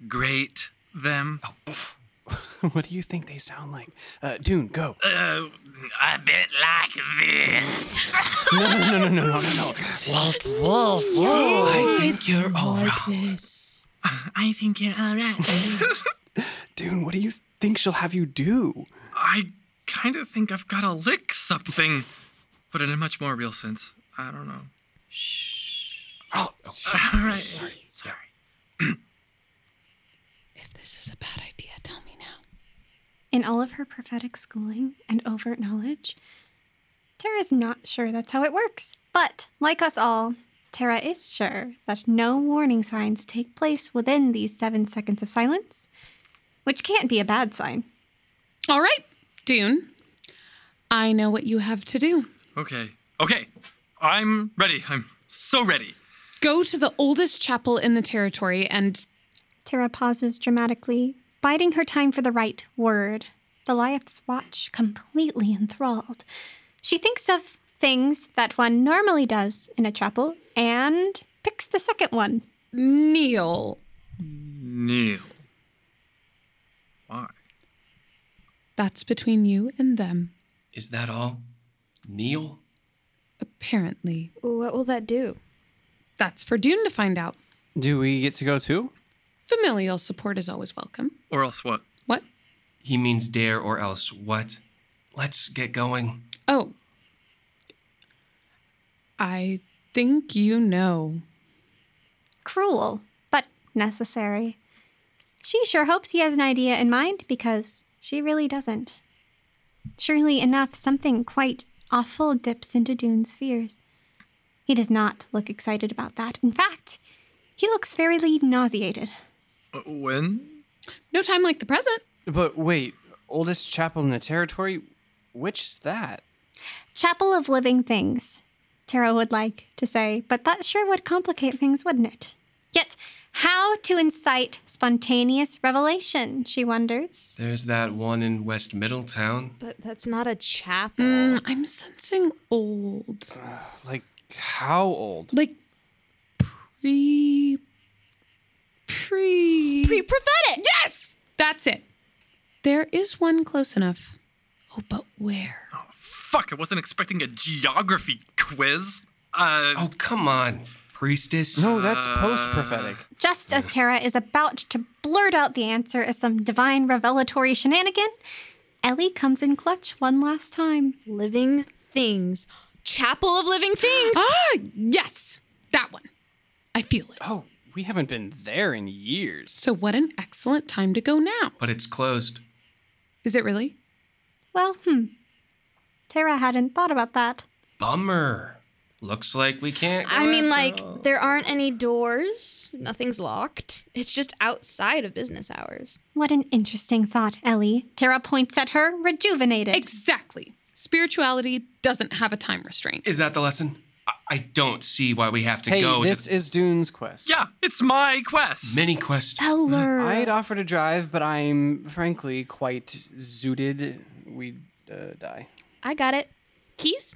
Speaker 13: Great them.
Speaker 7: Oh, what do you think they sound like? Uh, Dune, go.
Speaker 13: Uh, a bit like this.
Speaker 7: No, no, no, no, no, no, no.
Speaker 13: Like
Speaker 7: this. Oh, I think you're all
Speaker 13: This. I think you're all right.
Speaker 7: Dune, what do you think she'll have you do?
Speaker 13: I kind of think I've got to lick something, but in a much more real sense. I don't know. Uh,
Speaker 7: Oh,
Speaker 13: all right. Sorry. Sorry.
Speaker 1: If this is a bad idea, tell me now. In all of her prophetic schooling and overt knowledge, Tara's not sure that's how it works. But, like us all, Tara is sure that no warning signs take place within these seven seconds of silence, which can't be a bad sign.
Speaker 12: All right, Dune. I know what you have to do.
Speaker 13: Okay. Okay. I'm ready. I'm so ready.
Speaker 12: Go to the oldest chapel in the territory and.
Speaker 1: Tara pauses dramatically, biding her time for the right word. The Liaths watch, completely enthralled. She thinks of things that one normally does in a chapel and picks the second one.
Speaker 12: Kneel.
Speaker 13: Neil. Why?
Speaker 12: That's between you and them,
Speaker 17: Is that all? Neil?
Speaker 12: apparently.
Speaker 6: What will that do?
Speaker 12: That's for Dune to find out.
Speaker 7: Do we get to go too?
Speaker 12: Familial support is always welcome.
Speaker 13: Or else what?
Speaker 12: What?
Speaker 17: He means dare or else what? Let's get going.
Speaker 12: Oh. I think you know.
Speaker 1: Cruel, but necessary. She sure hopes he has an idea in mind because she really doesn't. Surely enough, something quite awful dips into Dune's fears. He does not look excited about that. In fact, he looks fairly nauseated.
Speaker 13: Uh, When?
Speaker 12: No time like the present.
Speaker 7: But wait, oldest chapel in the territory? Which is that?
Speaker 1: Chapel of Living Things, Tara would like to say, but that sure would complicate things, wouldn't it? Yet, how to incite spontaneous revelation, she wonders.
Speaker 17: There's that one in West Middletown.
Speaker 6: But that's not a chapel.
Speaker 12: Mm, I'm sensing old.
Speaker 7: Like, how old?
Speaker 12: Like, pre. pre. pre
Speaker 6: prophetic!
Speaker 12: Yes! That's it. There is one close enough. Oh, but where?
Speaker 13: Fuck, I wasn't expecting a geography quiz. Uh,
Speaker 17: oh, come on, priestess. Uh,
Speaker 7: No, that's post prophetic.
Speaker 1: Just as Tara is about to blurt out the answer as some divine revelatory shenanigan, Ellie comes in clutch one last time.
Speaker 6: Living things. Chapel of Living Things.
Speaker 12: ah, yes. That one. I feel it.
Speaker 7: Oh. We haven't been there in years.
Speaker 12: So, what an excellent time to go now.
Speaker 17: But it's closed.
Speaker 12: Is it really?
Speaker 1: Well, hmm. Tara hadn't thought about that.
Speaker 17: Bummer. Looks like we can't. go
Speaker 6: I mean,
Speaker 17: after
Speaker 6: like,
Speaker 17: all.
Speaker 6: there aren't any doors. Nothing's locked. It's just outside of business hours.
Speaker 1: What an interesting thought, Ellie. Tara points at her, rejuvenated.
Speaker 12: Exactly. Spirituality doesn't have a time restraint.
Speaker 17: Is that the lesson? I, I don't see why we have to
Speaker 7: hey,
Speaker 17: go.
Speaker 7: this
Speaker 17: to
Speaker 7: is Dune's quest.
Speaker 13: Yeah, it's my quest.
Speaker 17: Mini quest.
Speaker 6: Eller.
Speaker 7: I had offered to drive, but I'm frankly quite zooted. We'd uh, die.
Speaker 6: I got it. Keys?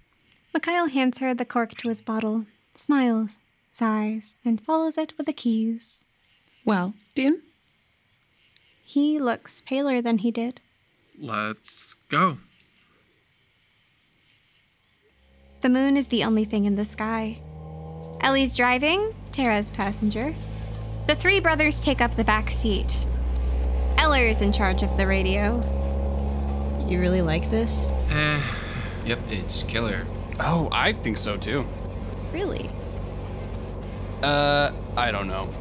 Speaker 1: Mikhail hands her the cork to his bottle, smiles, sighs, and follows it with the keys.
Speaker 12: Well, Dune?
Speaker 1: He looks paler than he did.
Speaker 13: Let's go.
Speaker 1: The moon is the only thing in the sky. Ellie's driving, Tara's passenger. The three brothers take up the back seat. Eller's in charge of the radio.
Speaker 6: You really like this?
Speaker 13: Eh,
Speaker 17: Yep, it's killer.
Speaker 7: Oh, I think so too.
Speaker 6: Really?
Speaker 7: Uh, I don't know.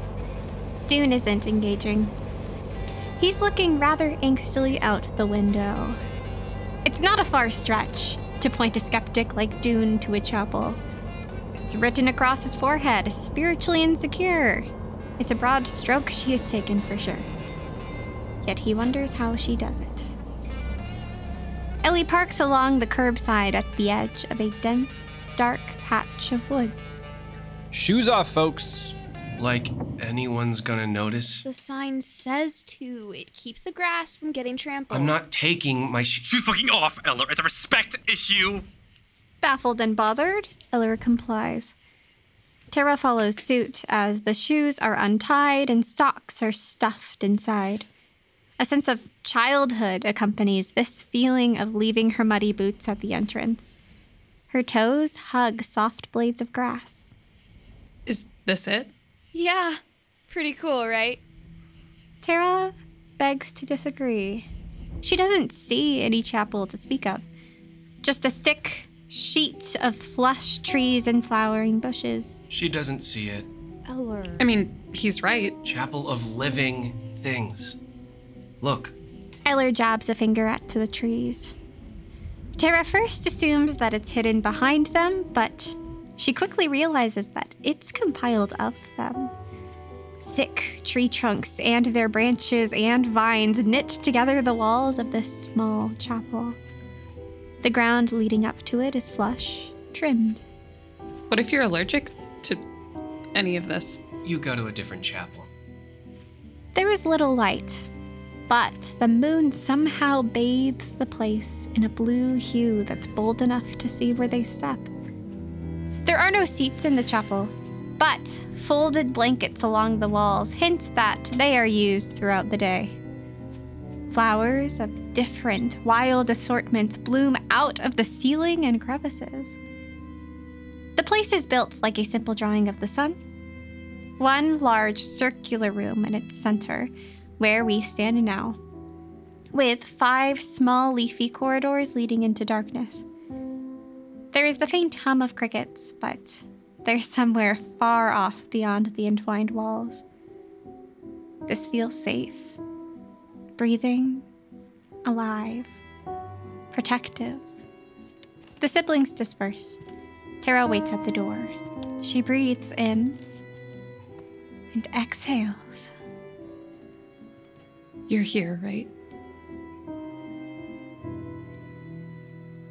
Speaker 1: Dune isn't engaging. He's looking rather angstily out the window. It's not a far stretch to point a skeptic like Dune to a chapel. It's written across his forehead, spiritually insecure. It's a broad stroke she has taken for sure. Yet he wonders how she does it. Ellie parks along the curbside at the edge of a dense, dark patch of woods.
Speaker 7: Shoes off, folks.
Speaker 17: Like anyone's gonna notice.
Speaker 6: The sign says to. It keeps the grass from getting trampled.
Speaker 17: I'm not taking my sh-
Speaker 13: Oh. She's fucking off, Eller. It's a respect issue.
Speaker 1: Baffled and bothered, Eller complies. Tara follows suit as the shoes are untied and socks are stuffed inside. A sense of childhood accompanies this feeling of leaving her muddy boots at the entrance. Her toes hug soft blades of grass.
Speaker 12: Is this it?
Speaker 6: Yeah, pretty cool, right?
Speaker 1: Tara begs to disagree. She doesn't see any chapel to speak of, just a thick sheet of lush trees and flowering bushes.
Speaker 17: She doesn't see it.
Speaker 1: Eller.
Speaker 12: I mean, he's right.
Speaker 17: Chapel of living things. Look,
Speaker 1: Eller jabs a finger at to the trees. Tara first assumes that it's hidden behind them, but she quickly realizes that it's compiled of them. Thick tree trunks and their branches and vines knit together the walls of this small chapel. The ground leading up to it is flush, trimmed.
Speaker 12: What if you're allergic to any of this?
Speaker 17: you go to a different chapel.
Speaker 1: There is little light, but the moon somehow bathes the place in a blue hue that's bold enough to see where they step. There are no seats in the chapel, but folded blankets along the walls hint that they are used throughout the day. Flowers of different, wild assortments bloom out of the ceiling and crevices. The place is built like a simple drawing of the sun one large circular room in its center, where we stand now, with five small leafy corridors leading into darkness. There is the faint hum of crickets, but they're somewhere far off beyond the entwined walls. This feels safe, breathing, alive, protective. The siblings disperse. Tara waits at the door. She breathes in and exhales.
Speaker 12: You're here, right?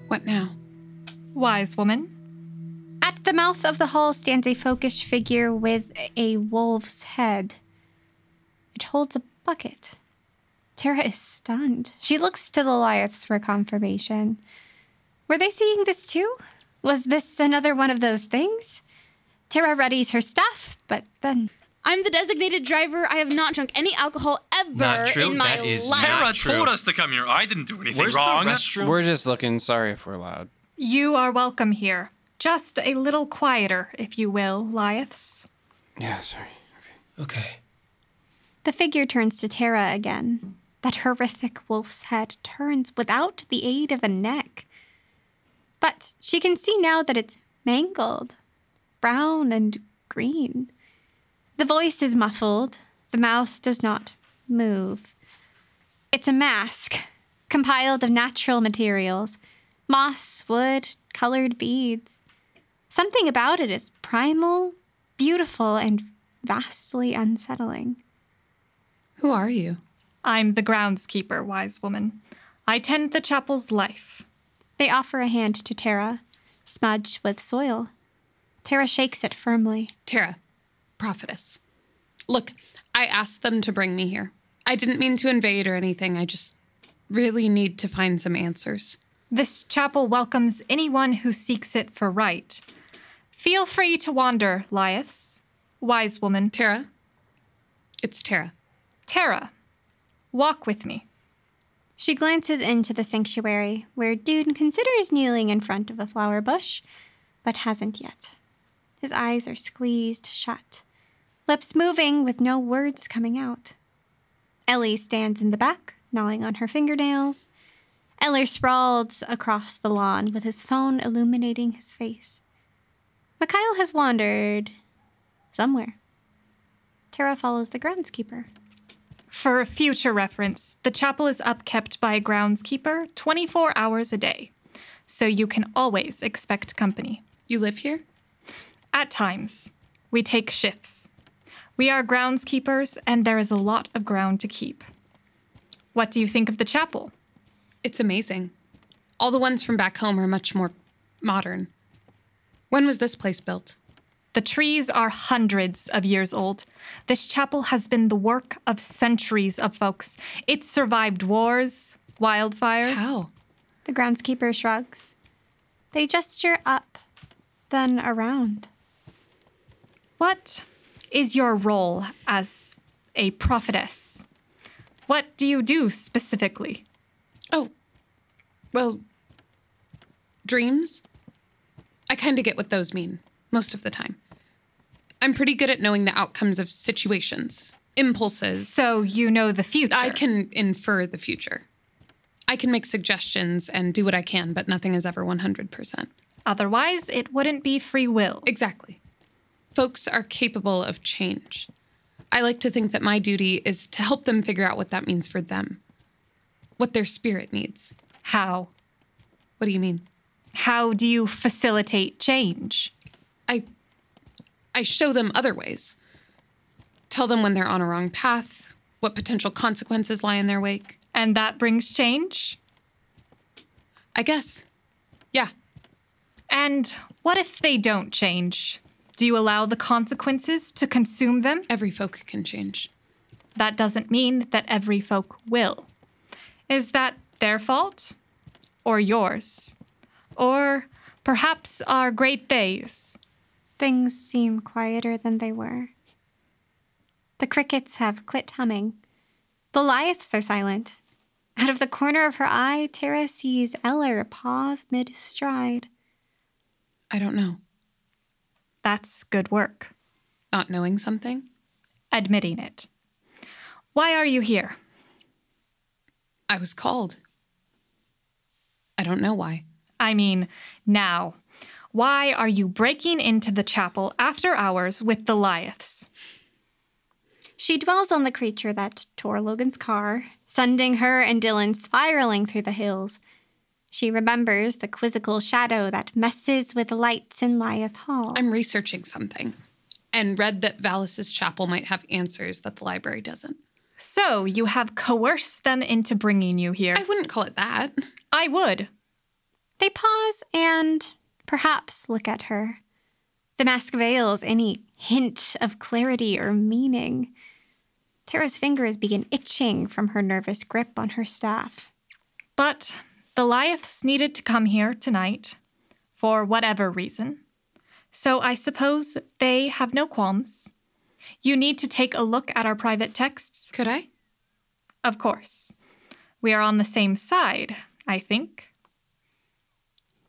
Speaker 12: What now?
Speaker 1: Wise woman. At the mouth of the hall stands a focused figure with a wolf's head. It holds a bucket. Tara is stunned. She looks to the Liaths for confirmation. Were they seeing this too? Was this another one of those things? Tara readies her stuff, but then
Speaker 18: I'm the designated driver. I have not drunk any alcohol ever
Speaker 13: Not true.
Speaker 18: in my
Speaker 13: That is
Speaker 18: life.
Speaker 13: Tara told us to come here. I didn't do anything wrong.
Speaker 7: We're just looking. Sorry if we're loud.
Speaker 12: You are welcome here. Just a little quieter, if you will, Liaths.
Speaker 7: Yeah, sorry.
Speaker 17: Okay.
Speaker 1: The figure turns to Tara again. That horrific wolf's head turns without the aid of a neck. But she can see now that it's mangled, brown and green. The voice is muffled, the mouth does not move. It's a mask, compiled of natural materials moss, wood, colored beads. Something about it is primal, beautiful, and vastly unsettling.
Speaker 12: Who are you?
Speaker 19: I'm the groundskeeper, wise woman. I tend the chapel's life.
Speaker 1: They offer a hand to Tara, smudged with soil. Tara shakes it firmly.
Speaker 12: Tara, prophetess. Look, I asked them to bring me here. I didn't mean to invade or anything. I just really need to find some answers.
Speaker 19: This chapel welcomes anyone who seeks it for right. Feel free to wander, Liaths. Wise woman.
Speaker 12: Tara? It's Tara.
Speaker 19: Tara, walk with me.
Speaker 1: She glances into the sanctuary, where Dude considers kneeling in front of a flower bush, but hasn't yet. His eyes are squeezed shut, lips moving with no words coming out. Ellie stands in the back, gnawing on her fingernails. Eller sprawled across the lawn with his phone illuminating his face. Mikhail has wandered somewhere. Tara follows the groundskeeper.
Speaker 19: For future reference, the chapel is upkept by a groundskeeper 24 hours a day, so you can always expect company.
Speaker 12: You live here?
Speaker 19: At times, we take shifts. We are groundskeepers, and there is a lot of ground to keep. What do you think of the chapel?
Speaker 12: It's amazing. All the ones from back home are much more modern. When was this place built?
Speaker 19: The trees are hundreds of years old. This chapel has been the work of centuries of folks. It's survived wars, wildfires. How?
Speaker 1: The groundskeeper shrugs. They gesture up, then around.
Speaker 19: What is your role as a prophetess? What do you do specifically?
Speaker 12: Oh, Well, dreams? I kind of get what those mean most of the time. I'm pretty good at knowing the outcomes of situations, impulses.
Speaker 19: So you know the future.
Speaker 12: I can infer the future. I can make suggestions and do what I can, but nothing is ever 100%.
Speaker 19: Otherwise, it wouldn't be free will.
Speaker 12: Exactly. Folks are capable of change. I like to think that my duty is to help them figure out what that means for them, what their spirit needs.
Speaker 19: How?
Speaker 12: What do you mean?
Speaker 19: How do you facilitate change?
Speaker 12: I I show them other ways. Tell them when they're on a wrong path, what potential consequences lie in their wake.
Speaker 19: And that brings change?
Speaker 12: I guess. Yeah.
Speaker 19: And what if they don't change? Do you allow the consequences to consume them?
Speaker 12: Every folk can change.
Speaker 19: That doesn't mean that every folk will. Is that their fault? Or yours? Or perhaps our great days?
Speaker 1: Things seem quieter than they were. The crickets have quit humming. The Lyths are silent. Out of the corner of her eye, Tara sees Eller pause mid stride.
Speaker 12: I don't know.
Speaker 19: That's good work.
Speaker 12: Not knowing something?
Speaker 19: Admitting it. Why are you here?
Speaker 12: I was called. I don't know why.
Speaker 19: I mean, now. Why are you breaking into the chapel after hours with the Lyths?
Speaker 1: She dwells on the creature that tore Logan's car, sending her and Dylan spiraling through the hills. She remembers the quizzical shadow that messes with lights in Lyeth Hall.
Speaker 12: I'm researching something and read that Valis's chapel might have answers that the library doesn't.
Speaker 19: So you have coerced them into bringing you here. I
Speaker 12: wouldn't call it that.
Speaker 19: I would.
Speaker 1: They pause and perhaps look at her. The mask veils any hint of clarity or meaning. Tara's fingers begin itching from her nervous grip on her staff.
Speaker 19: But the Lyths needed to come here tonight for whatever reason. So I suppose they have no qualms. You need to take a look at our private texts.
Speaker 12: Could I?
Speaker 19: Of course. We are on the same side, I think.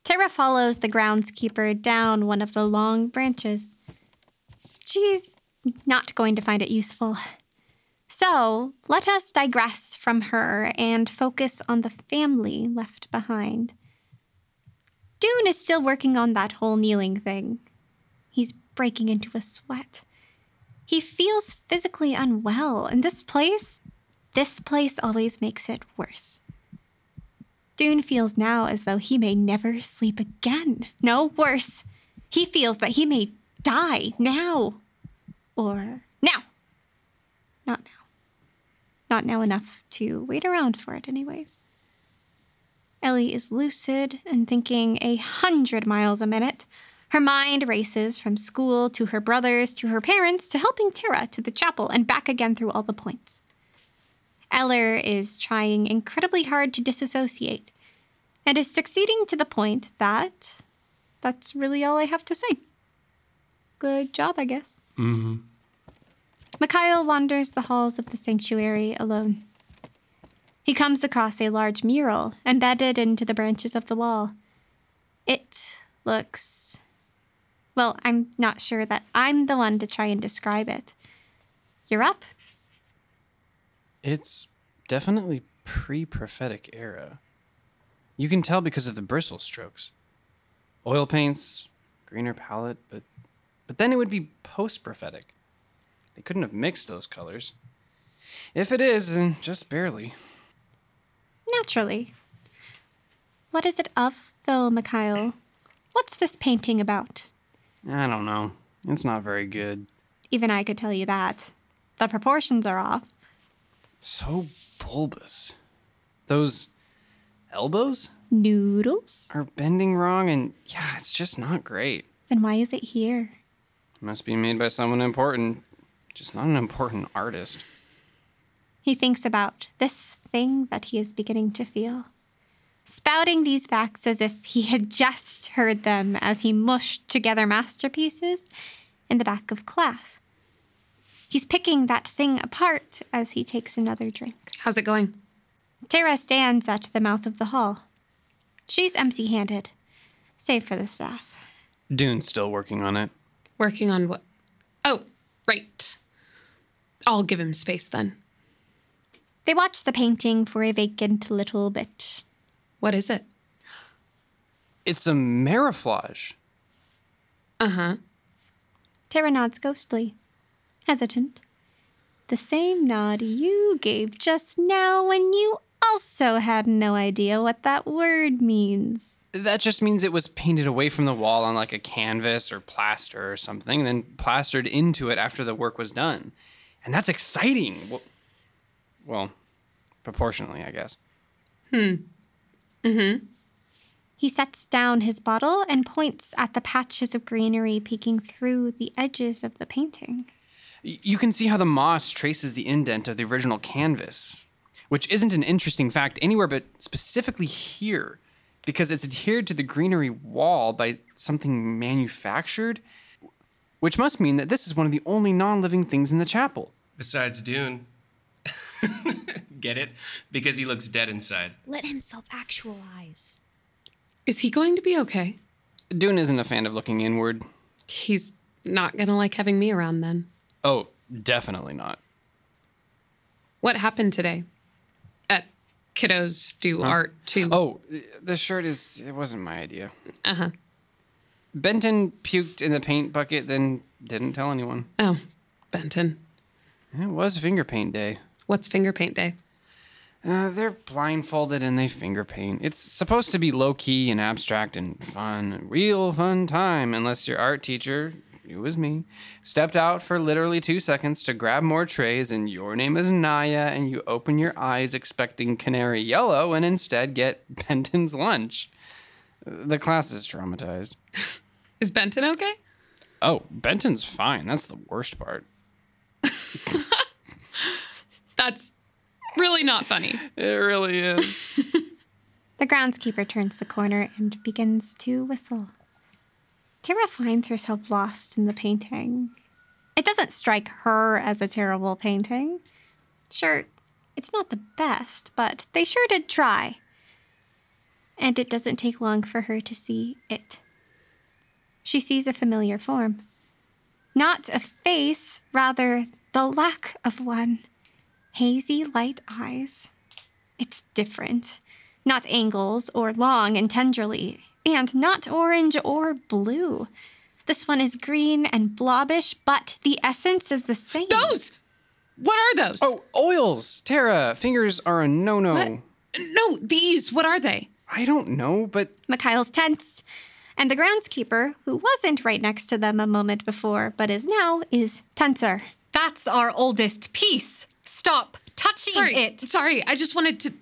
Speaker 1: Tara follows the groundskeeper down one of the long branches. She's not going to find it useful. So let us digress from her and focus on the family left behind. Dune is still working on that whole kneeling thing. He's breaking into a sweat. He feels physically unwell, and this place, this place always makes it worse. Dune feels now as though he may never sleep again. No, worse. He feels that he may die now. Or now. Not now. Not now enough to wait around for it, anyways. Ellie is lucid and thinking a hundred miles a minute. Her mind races from school to her brothers to her parents to helping Tara to the chapel and back again through all the points. Eller is trying incredibly hard to disassociate and is succeeding to the point that that's really all I have to say. Good job, I guess.
Speaker 9: Mm-hmm.
Speaker 1: Mikhail wanders the halls of the sanctuary alone. He comes across a large mural embedded into the branches of the wall. It looks. Well, I'm not sure that I'm the one to try and describe it. You're up.
Speaker 7: It's definitely pre prophetic era. You can tell because of the bristle strokes. Oil paints, greener palette, but but then it would be post prophetic. They couldn't have mixed those colors. If it is, then just barely.
Speaker 1: Naturally. What is it of, though, Mikhail? What's this painting about?
Speaker 7: I don't know. It's not very good.
Speaker 1: Even I could tell you that. The proportions are off.
Speaker 7: So bulbous. Those elbows
Speaker 1: Noodles?
Speaker 7: are bending wrong and yeah, it's just not great.
Speaker 1: Then why is it here?
Speaker 7: Must be made by someone important. Just not an important artist.
Speaker 1: He thinks about this thing that he is beginning to feel. Spouting these facts as if he had just heard them as he mushed together masterpieces in the back of class. He's picking that thing apart as he takes another drink.
Speaker 18: How's it going?
Speaker 1: Tara stands at the mouth of the hall. She's empty handed, save for the staff.
Speaker 7: Dune's still working on it.
Speaker 12: Working on what? Oh, right. I'll give him space then.
Speaker 1: They watch the painting for a vacant little bit.
Speaker 12: What is it?
Speaker 7: It's a mariflage.
Speaker 12: Uh huh.
Speaker 1: Tara nods ghostly, hesitant. The same nod you gave just now when you also had no idea what that word means.
Speaker 7: That just means it was painted away from the wall on like a canvas or plaster or something, then plastered into it after the work was done. And that's exciting. Well, well proportionally, I guess.
Speaker 12: Hmm. Mm hmm.
Speaker 1: He sets down his bottle and points at the patches of greenery peeking through the edges of the painting.
Speaker 7: Y- You can see how the moss traces the indent of the original canvas, which isn't an interesting fact anywhere but specifically here, because it's adhered to the greenery wall by something manufactured, which must mean that this is one of the only non living things in the chapel.
Speaker 17: Besides Dune. Get it? Because he looks dead inside.
Speaker 18: Let himself actualize.
Speaker 12: Is he going to be okay?
Speaker 7: Dune isn't a fan of looking inward.
Speaker 12: He's not going to like having me around then.
Speaker 7: Oh, definitely not.
Speaker 12: What happened today? At Kiddos Do Art too.
Speaker 7: Oh, the shirt is. It wasn't my idea.
Speaker 12: Uh huh.
Speaker 7: Benton puked in the paint bucket, then didn't tell anyone.
Speaker 12: Oh, Benton.
Speaker 7: It was finger paint day.
Speaker 12: What's finger paint day?
Speaker 7: Uh, they're blindfolded and they finger paint. It's supposed to be low key and abstract and fun, real fun time, unless your art teacher, who was me, stepped out for literally two seconds to grab more trays and your name is Naya and you open your eyes expecting canary yellow and instead get Benton's lunch. The class is traumatized.
Speaker 12: Is Benton okay?
Speaker 7: Oh, Benton's fine. That's the worst part.
Speaker 12: That's really not funny.
Speaker 7: It really is.
Speaker 1: The groundskeeper turns the corner and begins to whistle. Tara finds herself lost in the painting. It doesn't strike her as a terrible painting. Sure, it's not the best, but they sure did try. And it doesn't take long for her to see it. She sees a familiar form. Not a face, rather, the lack of one. Hazy light eyes. It's different. Not angles or long and tenderly, and not orange or blue. This one is green and blobbish, but the essence is the same. Those!
Speaker 12: What are those?
Speaker 7: Oh, oils! Tara, fingers are a no no.
Speaker 12: No, these, what are they?
Speaker 7: I don't know, but
Speaker 1: Mikhail's tense. And the groundskeeper, who wasn't right next to them a moment before, but is now, is tenser.
Speaker 19: That's our oldest piece. Stop touching
Speaker 12: Sorry,
Speaker 19: it.
Speaker 12: Sorry, I just wanted to.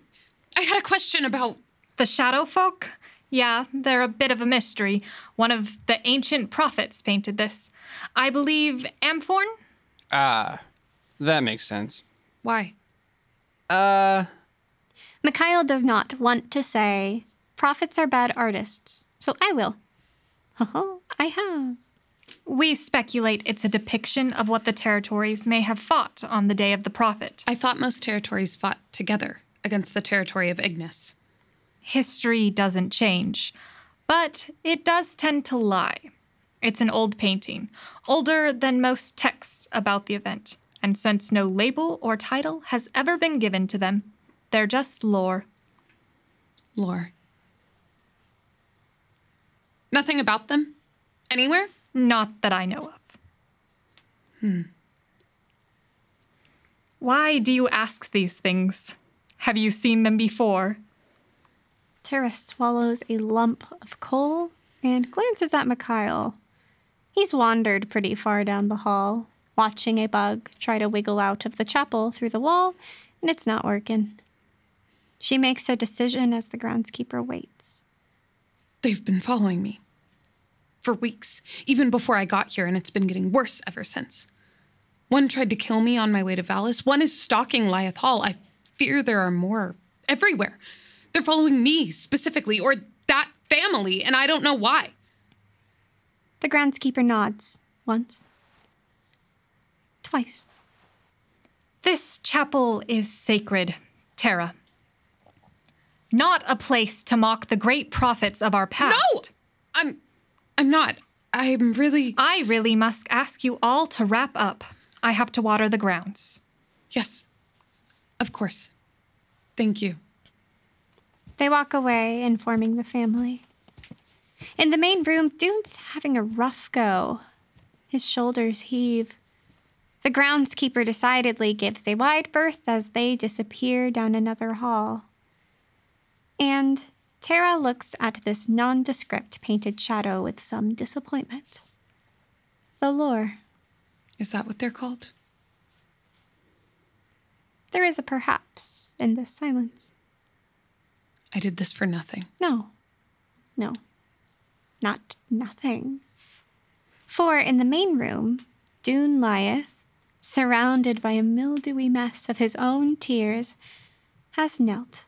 Speaker 12: I had a question about
Speaker 19: the shadow folk. Yeah, they're a bit of a mystery. One of the ancient prophets painted this. I believe Amphorn?
Speaker 7: Ah, that makes sense.
Speaker 12: Why?
Speaker 7: Uh.
Speaker 1: Mikhail does not want to say, prophets are bad artists, so I will. Oh, I have.
Speaker 19: We speculate it's a depiction of what the territories may have fought on the day of the prophet.
Speaker 12: I thought most territories fought together against the territory of Ignis.
Speaker 19: History doesn't change, but it does tend to lie. It's an old painting, older than most texts about the event, and since no label or title has ever been given to them, they're just lore.
Speaker 12: Lore. Nothing about them? Anywhere?
Speaker 19: Not that I know of.
Speaker 12: Hmm.
Speaker 19: Why do you ask these things? Have you seen them before?
Speaker 1: Tara swallows a lump of coal and glances at Mikhail. He's wandered pretty far down the hall, watching a bug try to wiggle out of the chapel through the wall, and it's not working. She makes a decision as the groundskeeper waits.
Speaker 12: They've been following me. For weeks, even before I got here, and it's been getting worse ever since. One tried to kill me on my way to Valis, one is stalking Lyeth Hall. I fear there are more everywhere. They're following me specifically, or that family, and I don't know why.
Speaker 1: The groundskeeper nods once, twice.
Speaker 19: This chapel is sacred, Terra. Not a place to mock the great prophets of our past. No!
Speaker 12: I'm I'm not. I'm really
Speaker 19: I really must ask you all to wrap up. I have to water the grounds.
Speaker 12: Yes. Of course. Thank you.
Speaker 1: They walk away, informing the family. In the main room, Dune's having a rough go. His shoulders heave. The groundskeeper decidedly gives a wide berth as they disappear down another hall. And Tara looks at this nondescript painted shadow with some disappointment. The lore.
Speaker 12: Is that what they're called?
Speaker 1: There is a perhaps in this silence.
Speaker 12: I did this for nothing.
Speaker 1: No. No. Not nothing. For in the main room, Dune lieth, surrounded by a mildewy mess of his own tears, has knelt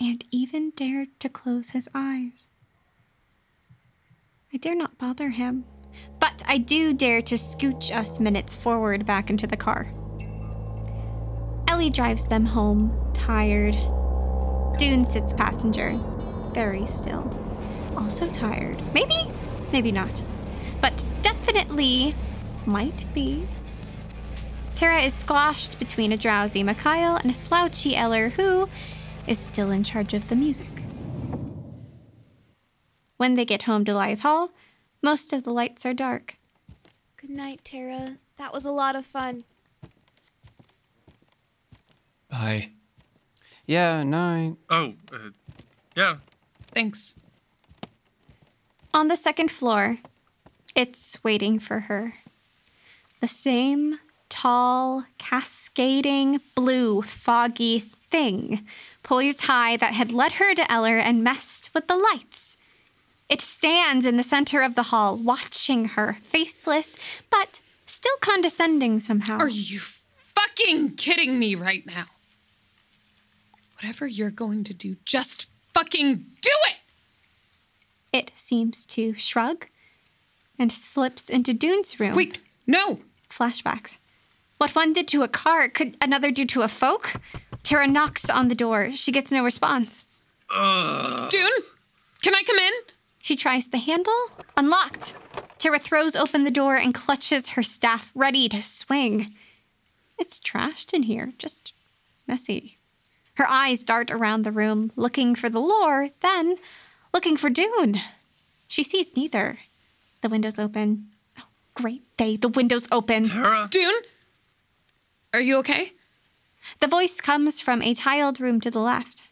Speaker 1: and even dared to close his eyes. I dare not bother him, but I do dare to scooch us minutes forward back into the car. Ellie drives them home, tired. Dune sits passenger, very still. Also tired. Maybe, maybe not. But definitely might be. Tara is squashed between a drowsy Mikhail and a slouchy Eller who is still in charge of the music. When they get home to Lythe Hall, most of the lights are dark.
Speaker 18: Good night, Tara. That was a lot of fun.
Speaker 7: Bye. Yeah, no.
Speaker 13: Oh, uh, yeah.
Speaker 12: Thanks.
Speaker 1: On the second floor, it's waiting for her. The same tall, cascading, blue, foggy thing poised high that had led her to Eller and messed with the lights. It stands in the center of the hall, watching her, faceless, but still condescending somehow.
Speaker 12: Are you fucking kidding me right now? Whatever you're going to do, just fucking do it!
Speaker 1: It seems to shrug and slips into Dune's room.
Speaker 12: Wait, no!
Speaker 1: Flashbacks. What one did to a car, could another do to a folk? Tara knocks on the door. She gets no response. Uh,
Speaker 12: Dune, can I come in?
Speaker 1: She tries the handle. Unlocked. Tara throws open the door and clutches her staff, ready to swing. It's trashed in here, just messy. Her eyes dart around the room, looking for the lore, then looking for Dune. She sees neither. The window's open. Oh, great day, the window's open.
Speaker 13: Tara?
Speaker 12: Dune? Are you okay?
Speaker 1: The voice comes from a tiled room to the left.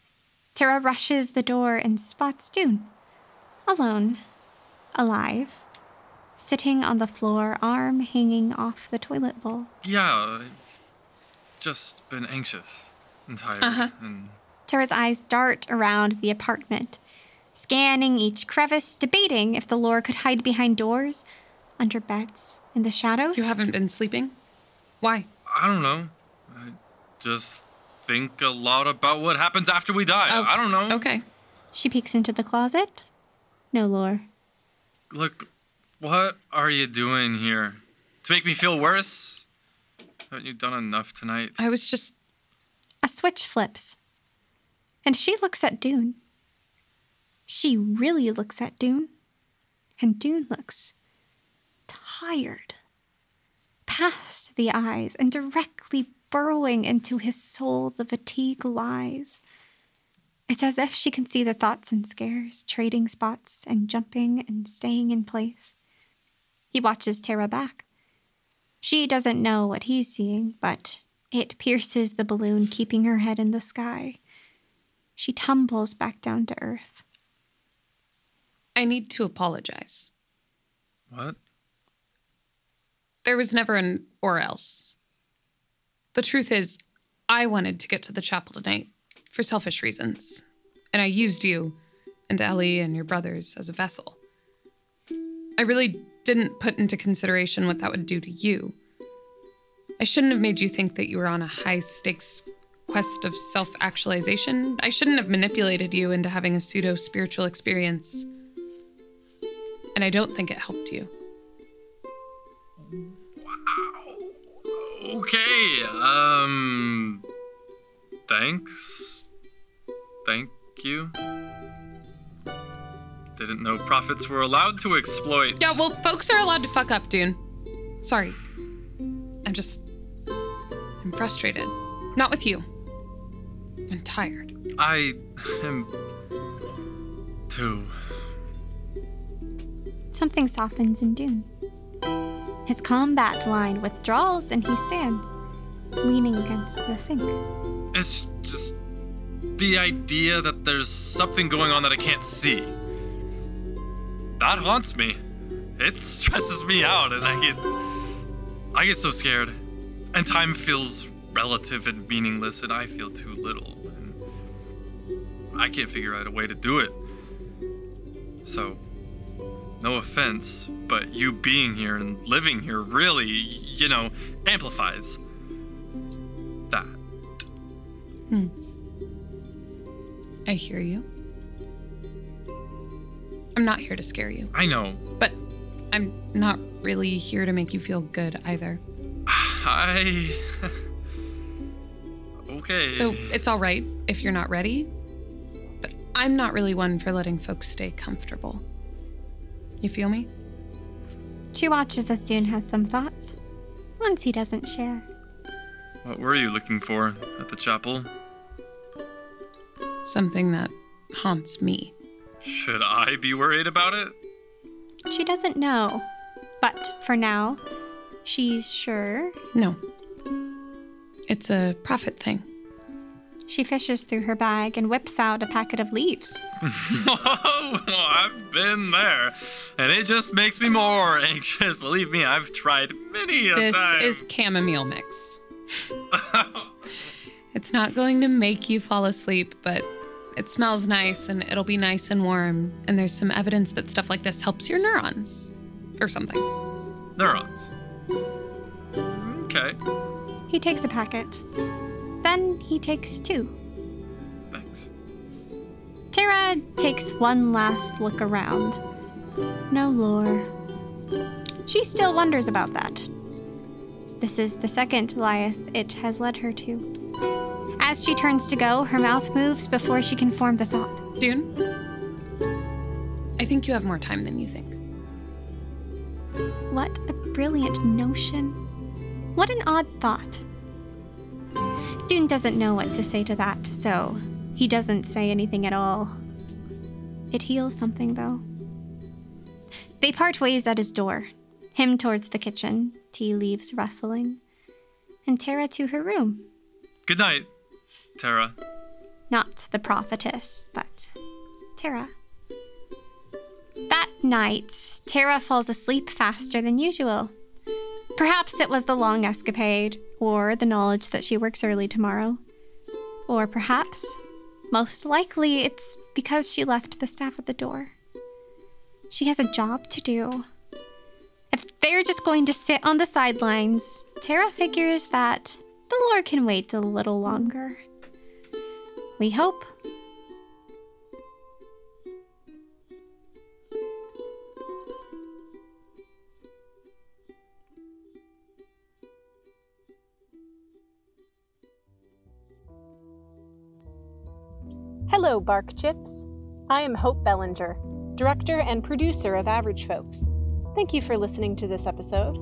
Speaker 1: Tara rushes the door and spots Dune. Alone. Alive. Sitting on the floor, arm hanging off the toilet bowl.
Speaker 13: Yeah. I've Just been anxious and tired.
Speaker 1: Uh-huh.
Speaker 13: And
Speaker 1: Tara's eyes dart around the apartment, scanning each crevice, debating if the lore could hide behind doors, under beds, in the shadows.
Speaker 12: You haven't been sleeping? Why?
Speaker 13: I don't know. I just think a lot about what happens after we die.
Speaker 1: Oh.
Speaker 13: I don't know.
Speaker 12: Okay.
Speaker 1: She peeks into the closet. No lore.
Speaker 13: Look, what are you doing here? To make me feel worse? Haven't you done enough tonight?
Speaker 12: I was just.
Speaker 1: A switch flips. And she looks at Dune. She really looks at Dune. And Dune looks tired. Past the eyes and directly burrowing into his soul, the fatigue lies. It's as if she can see the thoughts and scares, trading spots and jumping and staying in place. He watches Tara back. She doesn't know what he's seeing, but it pierces the balloon, keeping her head in the sky. She tumbles back down to earth.
Speaker 12: I need to apologize.
Speaker 13: What?
Speaker 12: There was never an or else. The truth is, I wanted to get to the chapel tonight for selfish reasons, and I used you and Ellie and your brothers as a vessel. I really didn't put into consideration what that would do to you. I shouldn't have made you think that you were on a high stakes quest of self actualization. I shouldn't have manipulated you into having a pseudo spiritual experience. And I don't think it helped you.
Speaker 13: Okay. Um. Thanks. Thank you. Didn't know prophets were allowed to exploit.
Speaker 12: Yeah, well, folks are allowed to fuck up, Dune. Sorry. I'm just. I'm frustrated. Not with you. I'm tired.
Speaker 13: I am too.
Speaker 1: Something softens in Dune. His combat line withdraws and he stands, leaning against the sink.
Speaker 13: It's just the idea that there's something going on that I can't see. That haunts me. It stresses me out, and I get I get so scared. And time feels relative and meaningless, and I feel too little. And I can't figure out a way to do it. So, no offense, but you being here and living here really, you know, amplifies that.
Speaker 12: Hmm. I hear you. I'm not here to scare you,
Speaker 13: I know.
Speaker 12: but I'm not really here to make you feel good either.
Speaker 13: I. okay.
Speaker 12: So it's all right if you're not ready, but I'm not really one for letting folks stay comfortable. You feel me?
Speaker 1: She watches as Dune has some thoughts, ones he doesn't share.
Speaker 13: What were you looking for at the chapel?
Speaker 12: Something that haunts me.
Speaker 13: Should I be worried about it?
Speaker 1: She doesn't know, but for now, she's sure.
Speaker 12: No. It's a profit thing.
Speaker 1: She fishes through her bag and whips out a packet of leaves.
Speaker 13: oh, I've been there, and it just makes me more anxious. Believe me, I've tried many a
Speaker 12: this
Speaker 13: time.
Speaker 12: is chamomile mix. it's not going to make you fall asleep, but it smells nice and it'll be nice and warm. And there's some evidence that stuff like this helps your neurons or something.
Speaker 13: neurons. Okay,
Speaker 1: He takes a packet. Then he takes two.
Speaker 13: thanks.
Speaker 1: Tara takes one last look around. No lore. She still wonders about that. This is the second Liath it has led her to. As she turns to go, her mouth moves before she can form the thought.
Speaker 12: Dune? I think you have more time than you think.
Speaker 1: What a brilliant notion. What an odd thought. Dune doesn't know what to say to that, so he doesn't say anything at all. It heals something, though. They part ways at his door, him towards the kitchen, tea leaves rustling, and Tara to her room.
Speaker 13: Good night, Tara.
Speaker 1: Not the prophetess, but Tara. That night, Tara falls asleep faster than usual. Perhaps it was the long escapade, or the knowledge that she works early tomorrow. Or perhaps, most likely, it's because she left the staff at the door. She has a job to do. If they're just going to sit on the sidelines, Tara figures that the lore can wait a little longer. We hope.
Speaker 20: Hello, Bark Chips. I am Hope Bellinger, director and producer of Average Folks. Thank you for listening to this episode.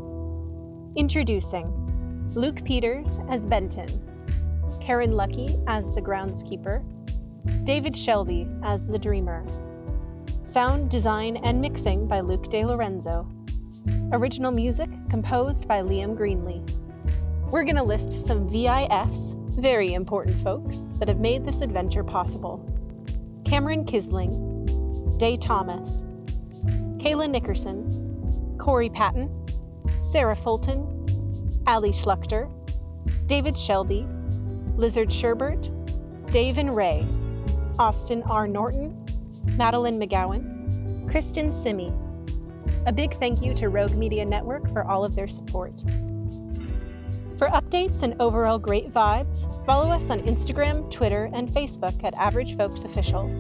Speaker 20: Introducing Luke Peters as Benton, Karen Lucky as the groundskeeper, David Shelby as the dreamer. Sound design and mixing by Luke De Lorenzo. Original music composed by Liam Greenlee. We're going to list some VIFs, very important folks, that have made this adventure possible Cameron Kisling, Day Thomas, Kayla Nickerson, Corey Patton, Sarah Fulton, Ali Schluchter, David Shelby, Lizard Sherbert, Dave and Ray, Austin R. Norton, Madeline McGowan, Kristen Simi. A big thank you to Rogue Media Network for all of their support. For updates and overall great vibes, follow us on Instagram, Twitter, and Facebook at Average Folks Official.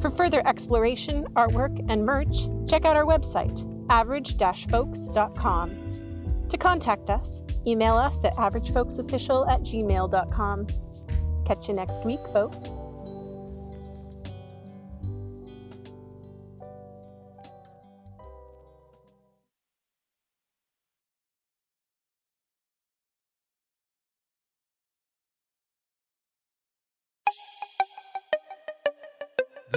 Speaker 20: For further exploration, artwork, and merch, check out our website, average-folks.com. To contact us, email us at averagefolksofficial at gmail.com. Catch you next week, folks.